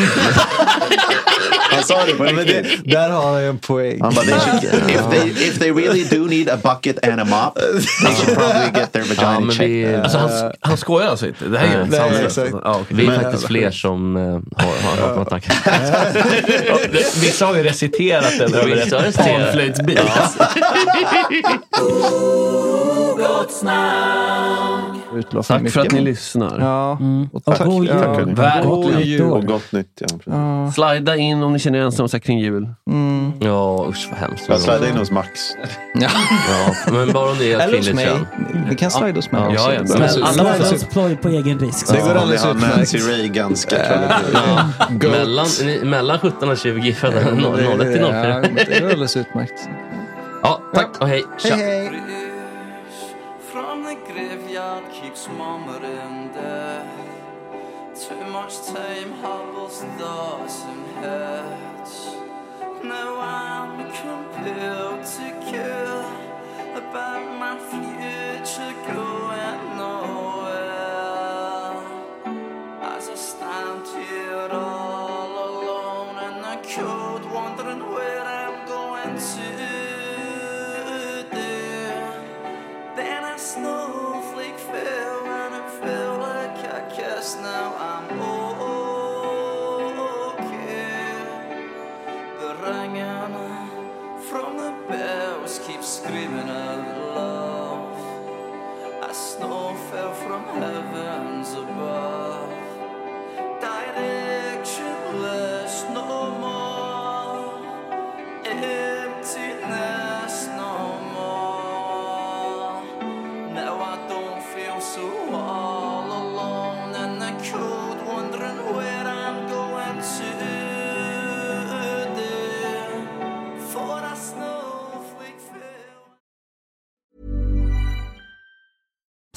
[SPEAKER 3] jag sa det på
[SPEAKER 5] Men det,
[SPEAKER 3] riktigt.
[SPEAKER 5] där har jag en poäng.
[SPEAKER 3] Han bara, they should, if, they, if they really do need a bucket and a mop, they should probably get their vagina
[SPEAKER 2] Ja, men
[SPEAKER 3] checked.
[SPEAKER 2] vi,
[SPEAKER 3] Uh,
[SPEAKER 2] alltså, han, han skojar alltså inte? Det här är ju
[SPEAKER 3] Nej,
[SPEAKER 2] sant.
[SPEAKER 3] exakt.
[SPEAKER 2] Ja, okej. Vi är
[SPEAKER 3] Men-
[SPEAKER 2] faktiskt fler som eh, har, har hatkontakt. Ja, det- Vissa har ju reciterat den över
[SPEAKER 4] Vissa har
[SPEAKER 2] ett
[SPEAKER 4] reciterat.
[SPEAKER 2] panflöjtsbeat.
[SPEAKER 5] Tack
[SPEAKER 11] för att ni lyssnar.
[SPEAKER 5] Ja.
[SPEAKER 11] Och
[SPEAKER 5] Tack.
[SPEAKER 11] tack.
[SPEAKER 5] Mm. God jul.
[SPEAKER 11] Tack.
[SPEAKER 5] God
[SPEAKER 11] God
[SPEAKER 5] jul.
[SPEAKER 11] jul.
[SPEAKER 5] Och
[SPEAKER 3] gott nytt. Ja,
[SPEAKER 5] Ja.
[SPEAKER 11] Slida in om ni känner er ensamma så här kring jul.
[SPEAKER 5] Mm.
[SPEAKER 2] Ja, usch vad hemskt.
[SPEAKER 3] Jag slidade in hos Max.
[SPEAKER 5] Ja.
[SPEAKER 2] men bara om ni är
[SPEAKER 5] Eller hos
[SPEAKER 2] kvinnligt
[SPEAKER 5] mig.
[SPEAKER 2] kön.
[SPEAKER 5] Ni kan slida hos mig
[SPEAKER 2] Ja,
[SPEAKER 5] också.
[SPEAKER 2] ja, ja. Men alla
[SPEAKER 5] Slida
[SPEAKER 2] måste-
[SPEAKER 5] hos-
[SPEAKER 9] Ploj på egen risk.
[SPEAKER 3] Det går alldeles
[SPEAKER 5] utmärkt.
[SPEAKER 3] Nancy Ray ganska kvalitativt.
[SPEAKER 2] Mellan, ni- mellan 17 och 20, från 01 till 04.
[SPEAKER 5] Ja, Det går alldeles utmärkt.
[SPEAKER 2] Ja, tack och hej. Tja.
[SPEAKER 4] From the graveyard keeps murmuring death. Too much time hobbles thoughts and heads. Now I'm compelled to care about my future going nowhere. As I stand here all alone in the cold, wondering where I'm going to. Dear. Then a snowflake fell and it felt like a kiss. Now I'm okay. The ringing from the bells keeps screaming out love. A snow fell from heavens above. Directionless no more. Emptiness no more. Now I don't feel so all alone in the cold, wondering where I'm going to. For a snowflake fell.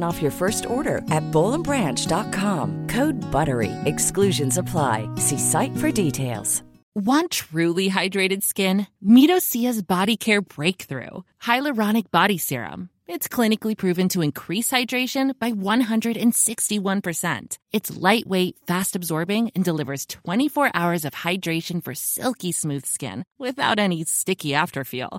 [SPEAKER 12] off your first order at bowlandbranch.com. Code BUTTERY. Exclusions apply. See site for details.
[SPEAKER 13] Want truly hydrated skin? Meet Osea's Body Care Breakthrough Hyaluronic Body Serum. It's clinically proven to increase hydration by 161%. It's lightweight, fast absorbing, and delivers 24 hours of hydration for silky smooth skin without any sticky afterfeel.